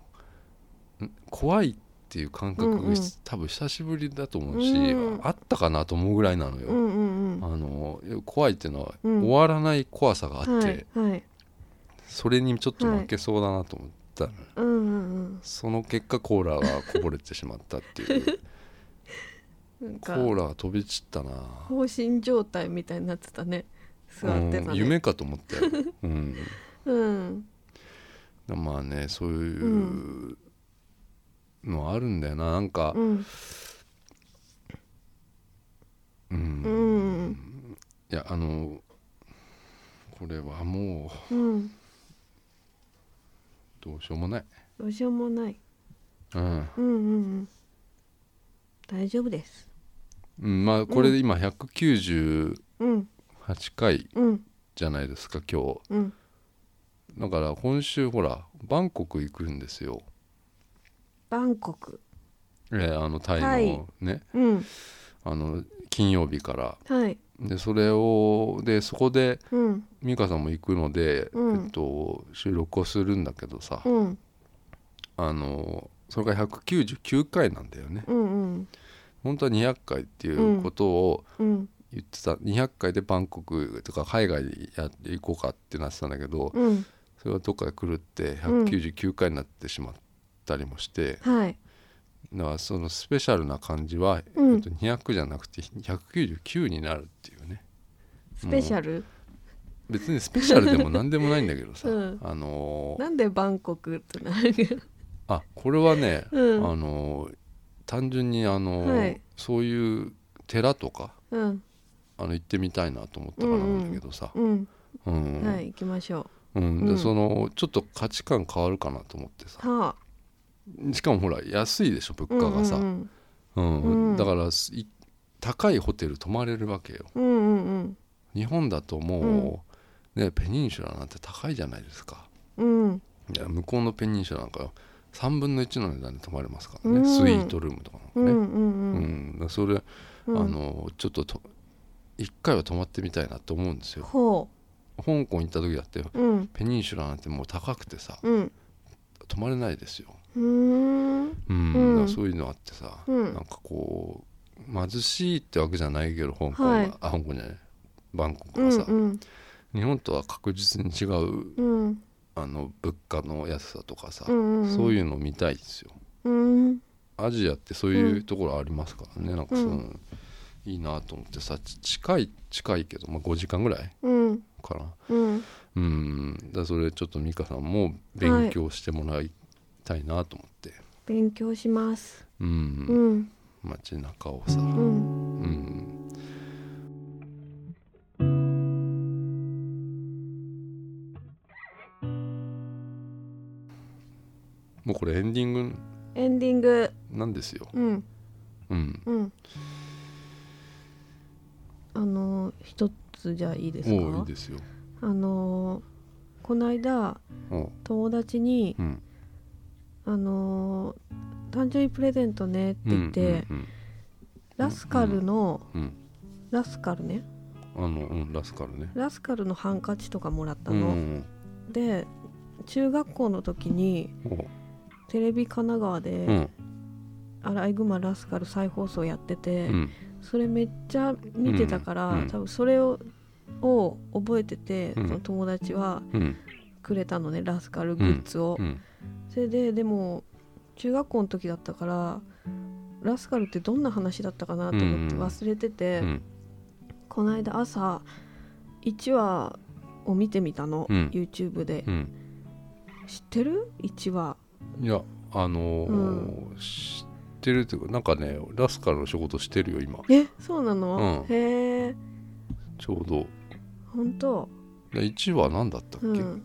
[SPEAKER 1] うん怖いっていう感覚、
[SPEAKER 2] うんうん
[SPEAKER 1] 多分久しぶりだと思うし、
[SPEAKER 2] うん
[SPEAKER 1] あったかなと思うぐらいなのよ、
[SPEAKER 2] うんうんうん
[SPEAKER 1] あの怖いっていうのは、
[SPEAKER 2] うん
[SPEAKER 1] 終わらない怖さがあって、
[SPEAKER 2] はいはい
[SPEAKER 1] それにちょっと負けそうだなと思ったのよ、
[SPEAKER 2] うんうん
[SPEAKER 1] その結果コーラがこぼれてしまったって いう
[SPEAKER 2] うんなん
[SPEAKER 1] コ
[SPEAKER 2] か
[SPEAKER 1] ーラが飛び散ったな、
[SPEAKER 2] 放心状態みたいになってたね座ってたね
[SPEAKER 1] うん夢かと思ったよ、うん、
[SPEAKER 2] うん
[SPEAKER 1] まあねそういううのあるんだよななんか
[SPEAKER 2] うん
[SPEAKER 1] うん、
[SPEAKER 2] うん
[SPEAKER 1] いやあのこれはもう
[SPEAKER 2] うん
[SPEAKER 1] どうしようもない、
[SPEAKER 2] どうしようもない
[SPEAKER 1] うん
[SPEAKER 2] うんうんうん大丈夫です
[SPEAKER 1] うん、まあこれで今198
[SPEAKER 2] うん
[SPEAKER 1] 回
[SPEAKER 2] うん
[SPEAKER 1] じゃないですか今日
[SPEAKER 2] うん
[SPEAKER 1] だから今週ほらバンコク行くんですよ、
[SPEAKER 2] バンコク
[SPEAKER 1] えーあのタイ
[SPEAKER 2] タイ
[SPEAKER 1] のね、
[SPEAKER 2] うん
[SPEAKER 1] あの金曜日から
[SPEAKER 2] はい
[SPEAKER 1] でそれをでそこで
[SPEAKER 2] うん
[SPEAKER 1] 美香さんも行くので、
[SPEAKER 2] うん
[SPEAKER 1] えっと、収録をするんだけどさ、
[SPEAKER 2] うん
[SPEAKER 1] あのそれが199回なんだよね
[SPEAKER 2] うんうん
[SPEAKER 1] 本当は200回っていうことを
[SPEAKER 2] うん
[SPEAKER 1] 言ってた、200回でバンコクとか海外にやっていこうかってなってたんだけど、
[SPEAKER 2] うん
[SPEAKER 1] それはどっかで狂って199回になってしまったりもして、
[SPEAKER 2] はい
[SPEAKER 1] だからそのスペシャルな感じは、
[SPEAKER 2] うん
[SPEAKER 1] えっと、200じゃなくて199になるっていうね
[SPEAKER 2] スペシャル
[SPEAKER 1] 別にスペシャルでも何でもないんだけどさ、
[SPEAKER 2] うん
[SPEAKER 1] あのー
[SPEAKER 2] なんでバンコクってなるけど
[SPEAKER 1] あこれはね、
[SPEAKER 2] うん
[SPEAKER 1] あのー単純にあのー
[SPEAKER 2] はい
[SPEAKER 1] そういう寺とか
[SPEAKER 2] うん
[SPEAKER 1] あの行ってみたいなと思ったからなんだけどさ、
[SPEAKER 2] うん
[SPEAKER 1] うん
[SPEAKER 2] はい行きましょ
[SPEAKER 1] うん
[SPEAKER 2] う
[SPEAKER 1] で
[SPEAKER 2] ん
[SPEAKER 1] そのちょっと価値観変わるかなと思ってさ
[SPEAKER 2] うはあ
[SPEAKER 1] しかもほら安いでしょ物価がさ、
[SPEAKER 2] う
[SPEAKER 1] うん
[SPEAKER 2] んうんうん
[SPEAKER 1] だからすい高いホテル泊まれるわけよ
[SPEAKER 2] うんうん
[SPEAKER 1] 日本だともう、ねペニンシュラなんて高いじゃないですか
[SPEAKER 2] うんうん
[SPEAKER 1] いや向こうのペニンシュラなんか3分の1の値段で泊まれますからね、
[SPEAKER 2] うん
[SPEAKER 1] スイートルームとか
[SPEAKER 2] う
[SPEAKER 1] なんかね、
[SPEAKER 2] ん
[SPEAKER 1] う
[SPEAKER 2] うんうん
[SPEAKER 1] んだからそれ、
[SPEAKER 2] うん
[SPEAKER 1] あのちょっとと1回は泊まってみたいなと思うんですよ
[SPEAKER 2] ほ
[SPEAKER 1] 香港行った時だって
[SPEAKER 2] ううん
[SPEAKER 1] ペニンシュラなんてもう高くてさ
[SPEAKER 2] うん
[SPEAKER 1] 泊まれないですよ、
[SPEAKER 2] うーん
[SPEAKER 1] うん
[SPEAKER 2] うん
[SPEAKER 1] だからそういうのあってさ、
[SPEAKER 2] うん
[SPEAKER 1] なんかこう貧しいってわけじじゃないけど香港は、
[SPEAKER 2] はい
[SPEAKER 1] あ香港じゃないバンコク
[SPEAKER 2] う
[SPEAKER 1] は
[SPEAKER 2] ん
[SPEAKER 1] さ、
[SPEAKER 2] うん
[SPEAKER 1] 日本とは確実に違う
[SPEAKER 2] うん
[SPEAKER 1] あの物価の安さとかさ、
[SPEAKER 2] うんうんうん
[SPEAKER 1] そういうの見たいですよ
[SPEAKER 2] うん
[SPEAKER 1] アジアってそういうところありますからね、なんかそういうの
[SPEAKER 2] う
[SPEAKER 1] いいなと思ってさち近い近いけど、まあ、5時間ぐらい
[SPEAKER 2] うん
[SPEAKER 1] かな
[SPEAKER 2] うん
[SPEAKER 1] うんだからそれちょっと美香さんも勉強してもらいたいなと思って、
[SPEAKER 2] 勉強します
[SPEAKER 1] う
[SPEAKER 2] うんん
[SPEAKER 1] 街中をさ、
[SPEAKER 2] うん
[SPEAKER 1] うん、もうこれエンディング
[SPEAKER 2] エンディング
[SPEAKER 1] なんですよ、
[SPEAKER 2] うん
[SPEAKER 1] うん、
[SPEAKER 2] うんあのー一つじゃあいいですか
[SPEAKER 1] おういいですよ
[SPEAKER 2] あのーこの間
[SPEAKER 1] おう
[SPEAKER 2] 友達に
[SPEAKER 1] うん
[SPEAKER 2] 「あのー誕生日プレゼントね」って言って、
[SPEAKER 1] うん
[SPEAKER 2] ラスカルの、
[SPEAKER 1] うんうん
[SPEAKER 2] ラスカルね
[SPEAKER 1] うんあの、うん、ラスカルね
[SPEAKER 2] ラスカルのハンカチとかもらった
[SPEAKER 1] うんう
[SPEAKER 2] の、
[SPEAKER 1] ん
[SPEAKER 2] で中学校の時に
[SPEAKER 1] おう
[SPEAKER 2] テレビ神奈川で、
[SPEAKER 1] うん
[SPEAKER 2] アライグマラスカル再放送やってて、
[SPEAKER 1] うん
[SPEAKER 2] それめっちゃ見てたから、
[SPEAKER 1] うん
[SPEAKER 2] 多分それをを覚えてて、
[SPEAKER 1] うん
[SPEAKER 2] その友達は
[SPEAKER 1] うん
[SPEAKER 2] くれたのねラスカルグッズを、
[SPEAKER 1] うん
[SPEAKER 2] それででも中学校の時だったからラスカルってどんな話だったかなと思って
[SPEAKER 1] うん
[SPEAKER 2] 忘れてて、
[SPEAKER 1] うん
[SPEAKER 2] この間朝1話を見てみたの、
[SPEAKER 1] うん
[SPEAKER 2] YouTube で、
[SPEAKER 1] うん
[SPEAKER 2] 知ってる ?1 話
[SPEAKER 1] いやあのー知ってるっていうかなんかねラスカルの仕事してるよ今
[SPEAKER 2] えそうなの、
[SPEAKER 1] うん
[SPEAKER 2] へえ
[SPEAKER 1] ちょうど
[SPEAKER 2] 本当
[SPEAKER 1] で1話何だったっけ、
[SPEAKER 2] うん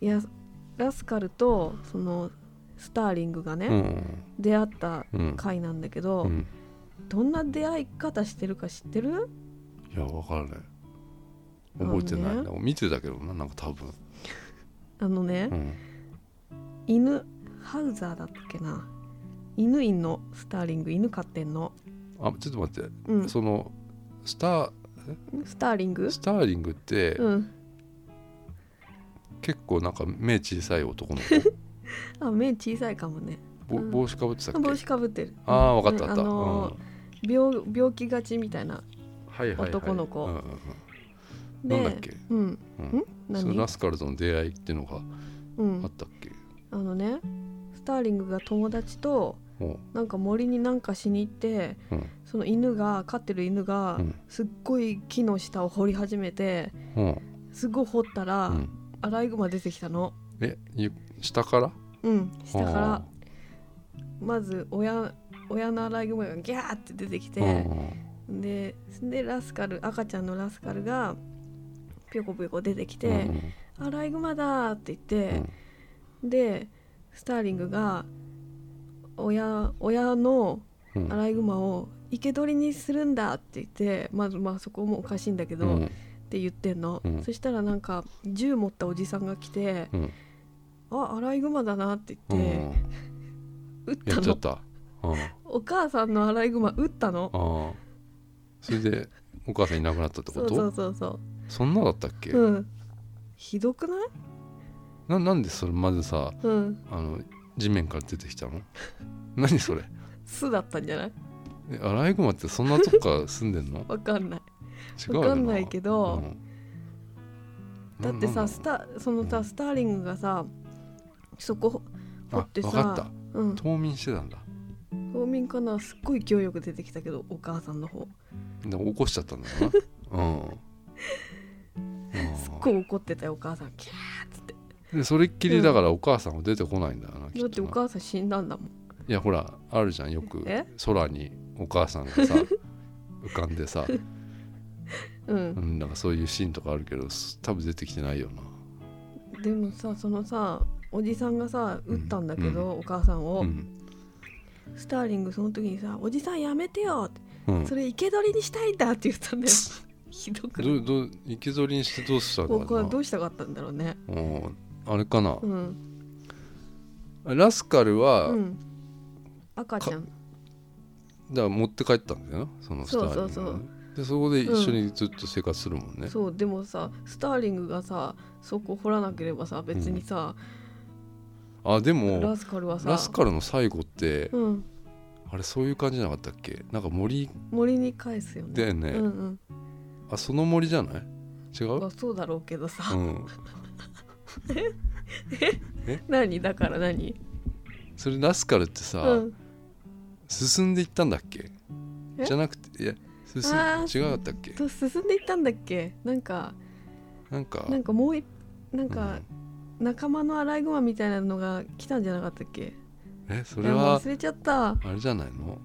[SPEAKER 2] いやラスカルとそのスターリングがね、
[SPEAKER 1] うん
[SPEAKER 2] 出会った
[SPEAKER 1] うん
[SPEAKER 2] 回なんだけど、
[SPEAKER 1] うん、
[SPEAKER 2] どんな出会い方してるか知ってる
[SPEAKER 1] いやわからない覚えてな
[SPEAKER 2] あ
[SPEAKER 1] い
[SPEAKER 2] の
[SPEAKER 1] な、
[SPEAKER 2] ね
[SPEAKER 1] 見てたけどななんか多分、
[SPEAKER 2] あのね、
[SPEAKER 1] うん、
[SPEAKER 2] 犬ハウザーだったっけな犬いんのスターリング犬飼ってんの、
[SPEAKER 1] あちょっと待って、
[SPEAKER 2] うん、ス
[SPEAKER 1] そのスタ
[SPEAKER 2] ターリング
[SPEAKER 1] ースターリングって、
[SPEAKER 2] うん
[SPEAKER 1] 結構なんか目小さい男の子
[SPEAKER 2] あ目小さいかもね
[SPEAKER 1] ぼ
[SPEAKER 2] うん
[SPEAKER 1] 帽子かぶってたっけ、
[SPEAKER 2] 帽子かぶってる
[SPEAKER 1] ああわかった
[SPEAKER 2] う
[SPEAKER 1] わ
[SPEAKER 2] ん
[SPEAKER 1] かった、
[SPEAKER 2] あの
[SPEAKER 1] う
[SPEAKER 2] ー
[SPEAKER 1] ん
[SPEAKER 2] 病病気がちみたいな
[SPEAKER 1] はいはいはい、
[SPEAKER 2] 男の子
[SPEAKER 1] うんうんうん、
[SPEAKER 2] で
[SPEAKER 1] なんだっけ、
[SPEAKER 2] うん
[SPEAKER 1] うん、
[SPEAKER 2] 何
[SPEAKER 1] そのラスカルとの出会いっていうのが
[SPEAKER 2] うん
[SPEAKER 1] あったっけ、
[SPEAKER 2] あのねスターリングが友達と
[SPEAKER 1] おう
[SPEAKER 2] なんか森になんかしに行って
[SPEAKER 1] うん
[SPEAKER 2] その犬が飼ってる犬が
[SPEAKER 1] うん
[SPEAKER 2] すっごい木の下を掘り始めて
[SPEAKER 1] うん
[SPEAKER 2] すごい掘ったら、
[SPEAKER 1] うん、
[SPEAKER 2] アライグマ出てきたの
[SPEAKER 1] えゆ下から
[SPEAKER 2] うん下から
[SPEAKER 1] う
[SPEAKER 2] まず親親のアライグマがギャーって出てき
[SPEAKER 1] ん
[SPEAKER 2] てででラスカル赤ちゃんのラスカルがぴょこぴょこ出てき
[SPEAKER 1] うん
[SPEAKER 2] て「アライグマだ!」って言って、でスターリングが親親の
[SPEAKER 1] うんうん
[SPEAKER 2] アライグマを生け捕りにするんだって言ってまずまあそこもおかしいんだけど、
[SPEAKER 1] うん
[SPEAKER 2] って言ってんの、
[SPEAKER 1] うん
[SPEAKER 2] そしたらなんか銃持ったおじさんが来て
[SPEAKER 1] うん
[SPEAKER 2] 「あアライグマだな」って
[SPEAKER 1] う
[SPEAKER 2] 言って、
[SPEAKER 1] ん
[SPEAKER 2] 撃っ
[SPEAKER 1] や
[SPEAKER 2] た
[SPEAKER 1] っちゃっ
[SPEAKER 2] の
[SPEAKER 1] た。うん、あ
[SPEAKER 2] お母さんのアライグマ撃ったの
[SPEAKER 1] あ。それで、お母さんいなくなったってこ
[SPEAKER 2] そう
[SPEAKER 1] と
[SPEAKER 2] そうそうそ
[SPEAKER 1] そんなだったっけ、
[SPEAKER 2] ううんひどくない
[SPEAKER 1] ななんでそれまずさ、
[SPEAKER 2] うん
[SPEAKER 1] あの、地面から出てきたの何それ
[SPEAKER 2] 巣だったんじゃない
[SPEAKER 1] えアライグマってそんなとこから住んでんの
[SPEAKER 2] わかんない
[SPEAKER 1] 違うよ
[SPEAKER 2] わかんないけど、
[SPEAKER 1] うん
[SPEAKER 2] だって
[SPEAKER 1] な
[SPEAKER 2] さ
[SPEAKER 1] ん
[SPEAKER 2] スタそのさスターリングがさそこ掘
[SPEAKER 1] な
[SPEAKER 2] って
[SPEAKER 1] あ、わかっ
[SPEAKER 2] さうん
[SPEAKER 1] た。冬眠してたんだ。
[SPEAKER 2] 冬眠かなすっごい勢いよく出てきたけどお母さんの方
[SPEAKER 1] で起こしちゃったんだろ うな。うん。
[SPEAKER 2] すっ
[SPEAKER 1] う
[SPEAKER 2] ごい怒ってたよお母さんキャーっつって
[SPEAKER 1] んでそれっきりだからお母さんは出てこないんだよな、きっとな
[SPEAKER 2] だってお母さん死んだんだもん
[SPEAKER 1] いやほらあるじゃんよく
[SPEAKER 2] え
[SPEAKER 1] 空にお母さんが さ浮かんでさ、
[SPEAKER 2] う、
[SPEAKER 1] うんん、なんかそういうシーンとかあるけどす多分出てきてないよな
[SPEAKER 2] でもさそのさおじさんがさ
[SPEAKER 1] うん
[SPEAKER 2] 撃ったんだけど、お母さんを、
[SPEAKER 1] うん、
[SPEAKER 2] スターリングその時にさ「おじさんやめてよ!」って
[SPEAKER 1] うん、
[SPEAKER 2] それ生け捕りにしたいんだって言ったん だよひどくない
[SPEAKER 1] どどう生け捕りにしてどうしたの
[SPEAKER 2] 僕
[SPEAKER 1] か
[SPEAKER 2] は
[SPEAKER 1] な
[SPEAKER 2] どうしたかったんだろうね
[SPEAKER 1] うんあれかな
[SPEAKER 2] う、ん
[SPEAKER 1] ラスカルは、
[SPEAKER 2] うん赤ちゃん
[SPEAKER 1] だから持って帰ったんだよなそのスターリング
[SPEAKER 2] そうそう
[SPEAKER 1] でそこで一緒にずっと生活するもんね、
[SPEAKER 2] そうでもさスターリングがさそこ掘らなければさ別にさ、
[SPEAKER 1] あでも
[SPEAKER 2] ラスカルはさ
[SPEAKER 1] ラスカルの最後って、
[SPEAKER 2] うん、
[SPEAKER 1] あれそういう感じじゃなかったっけなんか森
[SPEAKER 2] 森に返すよね
[SPEAKER 1] だよね
[SPEAKER 2] うんうん
[SPEAKER 1] あその森じゃない違う
[SPEAKER 2] まあそうだろうけどさ、
[SPEAKER 1] うん
[SPEAKER 2] 何だから何
[SPEAKER 1] それラスカルってさ、
[SPEAKER 2] うん
[SPEAKER 1] 進んでいったんだっけ
[SPEAKER 2] え
[SPEAKER 1] じゃなくていや進
[SPEAKER 2] あ
[SPEAKER 1] 違
[SPEAKER 2] ー
[SPEAKER 1] かったっけ
[SPEAKER 2] と進んでいったんだっけなんか
[SPEAKER 1] なんか
[SPEAKER 2] なんかもういなん
[SPEAKER 1] う
[SPEAKER 2] か
[SPEAKER 1] ん
[SPEAKER 2] 仲間のアライグマみたいなのが来たんじゃなかったっけ
[SPEAKER 1] えそれ
[SPEAKER 2] いやもう
[SPEAKER 1] は
[SPEAKER 2] 忘れちゃった
[SPEAKER 1] あれじゃないの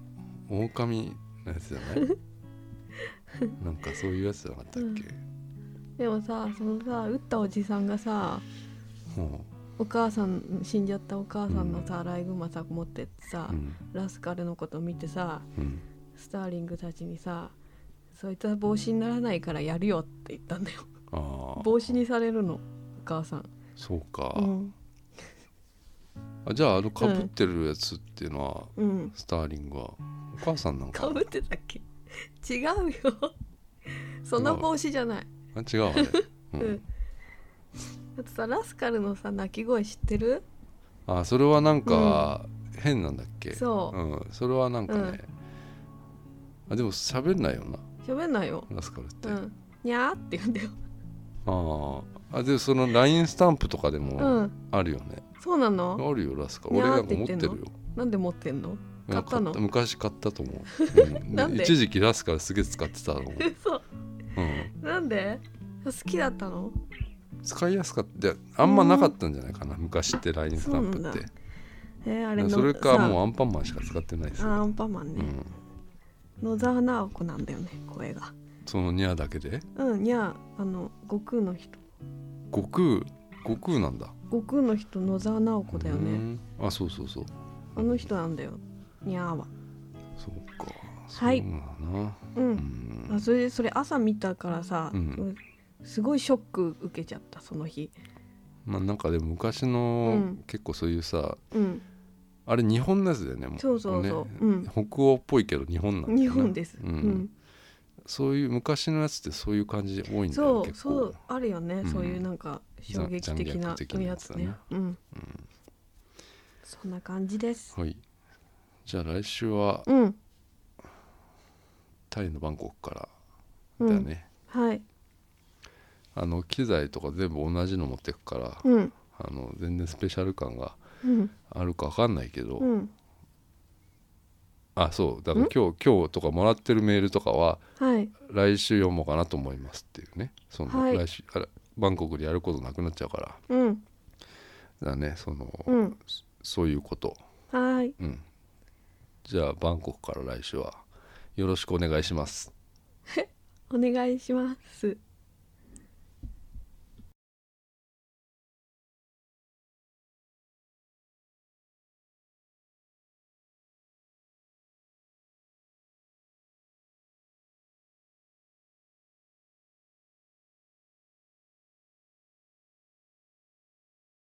[SPEAKER 1] 狼のやつじゃない なんかそういうやつじゃなかったっけ、
[SPEAKER 2] でもさそのさ撃ったおじさんがさ
[SPEAKER 1] ほ
[SPEAKER 2] お母さん死んじゃったお母さんのさ、アライグマさ持ってってさ、
[SPEAKER 1] ううん
[SPEAKER 2] ラスカルのこと見てさ
[SPEAKER 1] うん
[SPEAKER 2] スターリングたちにさそいつは帽子にならないからやるよって言ったんだよ
[SPEAKER 1] あー
[SPEAKER 2] 帽子にされるのお母さん
[SPEAKER 1] そうか、
[SPEAKER 2] うん
[SPEAKER 1] あじゃああのかぶってるやつっていうのは、
[SPEAKER 2] うん
[SPEAKER 1] スターリングはお母さんなん
[SPEAKER 2] か
[SPEAKER 1] か
[SPEAKER 2] ぶってたっけ違うよ その帽子じゃない
[SPEAKER 1] あ違うあ れ、う
[SPEAKER 2] うんんだってさラスカルのさ鳴き声知ってる
[SPEAKER 1] あそれはなんか変なんだっけ
[SPEAKER 2] そう
[SPEAKER 1] うん、それはなんかね、あでも喋んないよな
[SPEAKER 2] 喋んないよ
[SPEAKER 1] ラスカルって、
[SPEAKER 2] う
[SPEAKER 1] あ
[SPEAKER 2] んにゃーって言うんだよ
[SPEAKER 1] ーあでその LINE スタンプとかで
[SPEAKER 2] う
[SPEAKER 1] も
[SPEAKER 2] ん
[SPEAKER 1] あるよね、
[SPEAKER 2] そうなの
[SPEAKER 1] あるよラスカ
[SPEAKER 2] に
[SPEAKER 1] 俺
[SPEAKER 2] ゃ
[SPEAKER 1] なん
[SPEAKER 2] ーっ
[SPEAKER 1] か
[SPEAKER 2] て
[SPEAKER 1] 持
[SPEAKER 2] 言
[SPEAKER 1] っ
[SPEAKER 2] ってて
[SPEAKER 1] るよ
[SPEAKER 2] んのなんで持ってんの買ったの
[SPEAKER 1] いや昔買ったと思 う、うん
[SPEAKER 2] なんで
[SPEAKER 1] 一時期ラスカルすげえ使ってたの、う
[SPEAKER 2] 嘘
[SPEAKER 1] ん、
[SPEAKER 2] なんで好きだったの
[SPEAKER 1] 使いやすかったいやあんまなかったんじゃないかな、昔って LINE スタンプ
[SPEAKER 2] そうな
[SPEAKER 1] っ
[SPEAKER 2] ん
[SPEAKER 1] て
[SPEAKER 2] だえーあ
[SPEAKER 1] だから
[SPEAKER 2] れの
[SPEAKER 1] それか
[SPEAKER 2] さ
[SPEAKER 1] もうアンパンマンしか使ってないです
[SPEAKER 2] あ
[SPEAKER 1] よ、
[SPEAKER 2] アンパンマン
[SPEAKER 1] う
[SPEAKER 2] ね、
[SPEAKER 1] ん、
[SPEAKER 2] 野沢直子なんだよね声が
[SPEAKER 1] そのニャーだけで
[SPEAKER 2] うんにゃーあの悟空の人
[SPEAKER 1] 悟空悟空なんだ
[SPEAKER 2] 悟空の人野沢直子だよ
[SPEAKER 1] う
[SPEAKER 2] ね
[SPEAKER 1] んあそうそうそう
[SPEAKER 2] あの人なんだよにゃーは
[SPEAKER 1] そうか
[SPEAKER 2] はい
[SPEAKER 1] そうなんだな
[SPEAKER 2] うん、
[SPEAKER 1] うん
[SPEAKER 2] あそれでそれ朝見たからさ、
[SPEAKER 1] うん
[SPEAKER 2] すごいショック受けちゃったその日
[SPEAKER 1] まあなんかでも昔
[SPEAKER 2] う
[SPEAKER 1] の
[SPEAKER 2] ん
[SPEAKER 1] 結構そういうさ
[SPEAKER 2] うん
[SPEAKER 1] あれ日本のやつだよねも
[SPEAKER 2] そうそうそう
[SPEAKER 1] ね
[SPEAKER 2] うん
[SPEAKER 1] 北欧っぽいけど日本なんだよね
[SPEAKER 2] 日本です、
[SPEAKER 1] うんそういう昔のやつってそういう感じ多い
[SPEAKER 2] うんん、
[SPEAKER 1] だよ
[SPEAKER 2] そ
[SPEAKER 1] ね
[SPEAKER 2] う
[SPEAKER 1] 結
[SPEAKER 2] そ
[SPEAKER 1] 構
[SPEAKER 2] うあるよね、
[SPEAKER 1] うん
[SPEAKER 2] そういうなんか衝撃的
[SPEAKER 1] 残
[SPEAKER 2] な
[SPEAKER 1] 虐的なや
[SPEAKER 2] や
[SPEAKER 1] つ
[SPEAKER 2] つ
[SPEAKER 1] だね
[SPEAKER 2] ねうん、そんな感じです
[SPEAKER 1] はいじゃあ来週は
[SPEAKER 2] うん、
[SPEAKER 1] タイのバンコクか
[SPEAKER 2] う
[SPEAKER 1] ら
[SPEAKER 2] ん
[SPEAKER 1] だよね、
[SPEAKER 2] はい
[SPEAKER 1] あの機材とか全部同じの持ってくから、
[SPEAKER 2] うん
[SPEAKER 1] あの全然スペシャル感が
[SPEAKER 2] うん
[SPEAKER 1] あるか分かんないけど、
[SPEAKER 2] うん
[SPEAKER 1] あそうだから今日今日とかもらってるメールとかは
[SPEAKER 2] はい
[SPEAKER 1] 来週読もうかなと思いますっていうねその、
[SPEAKER 2] はい
[SPEAKER 1] 来週あらバンコクでやることなくなっちゃうからだか
[SPEAKER 2] うん
[SPEAKER 1] らねその、
[SPEAKER 2] うん
[SPEAKER 1] そういうこと
[SPEAKER 2] はい
[SPEAKER 1] うんじゃあバンコクから来週はよろしくお願いします
[SPEAKER 2] お願いします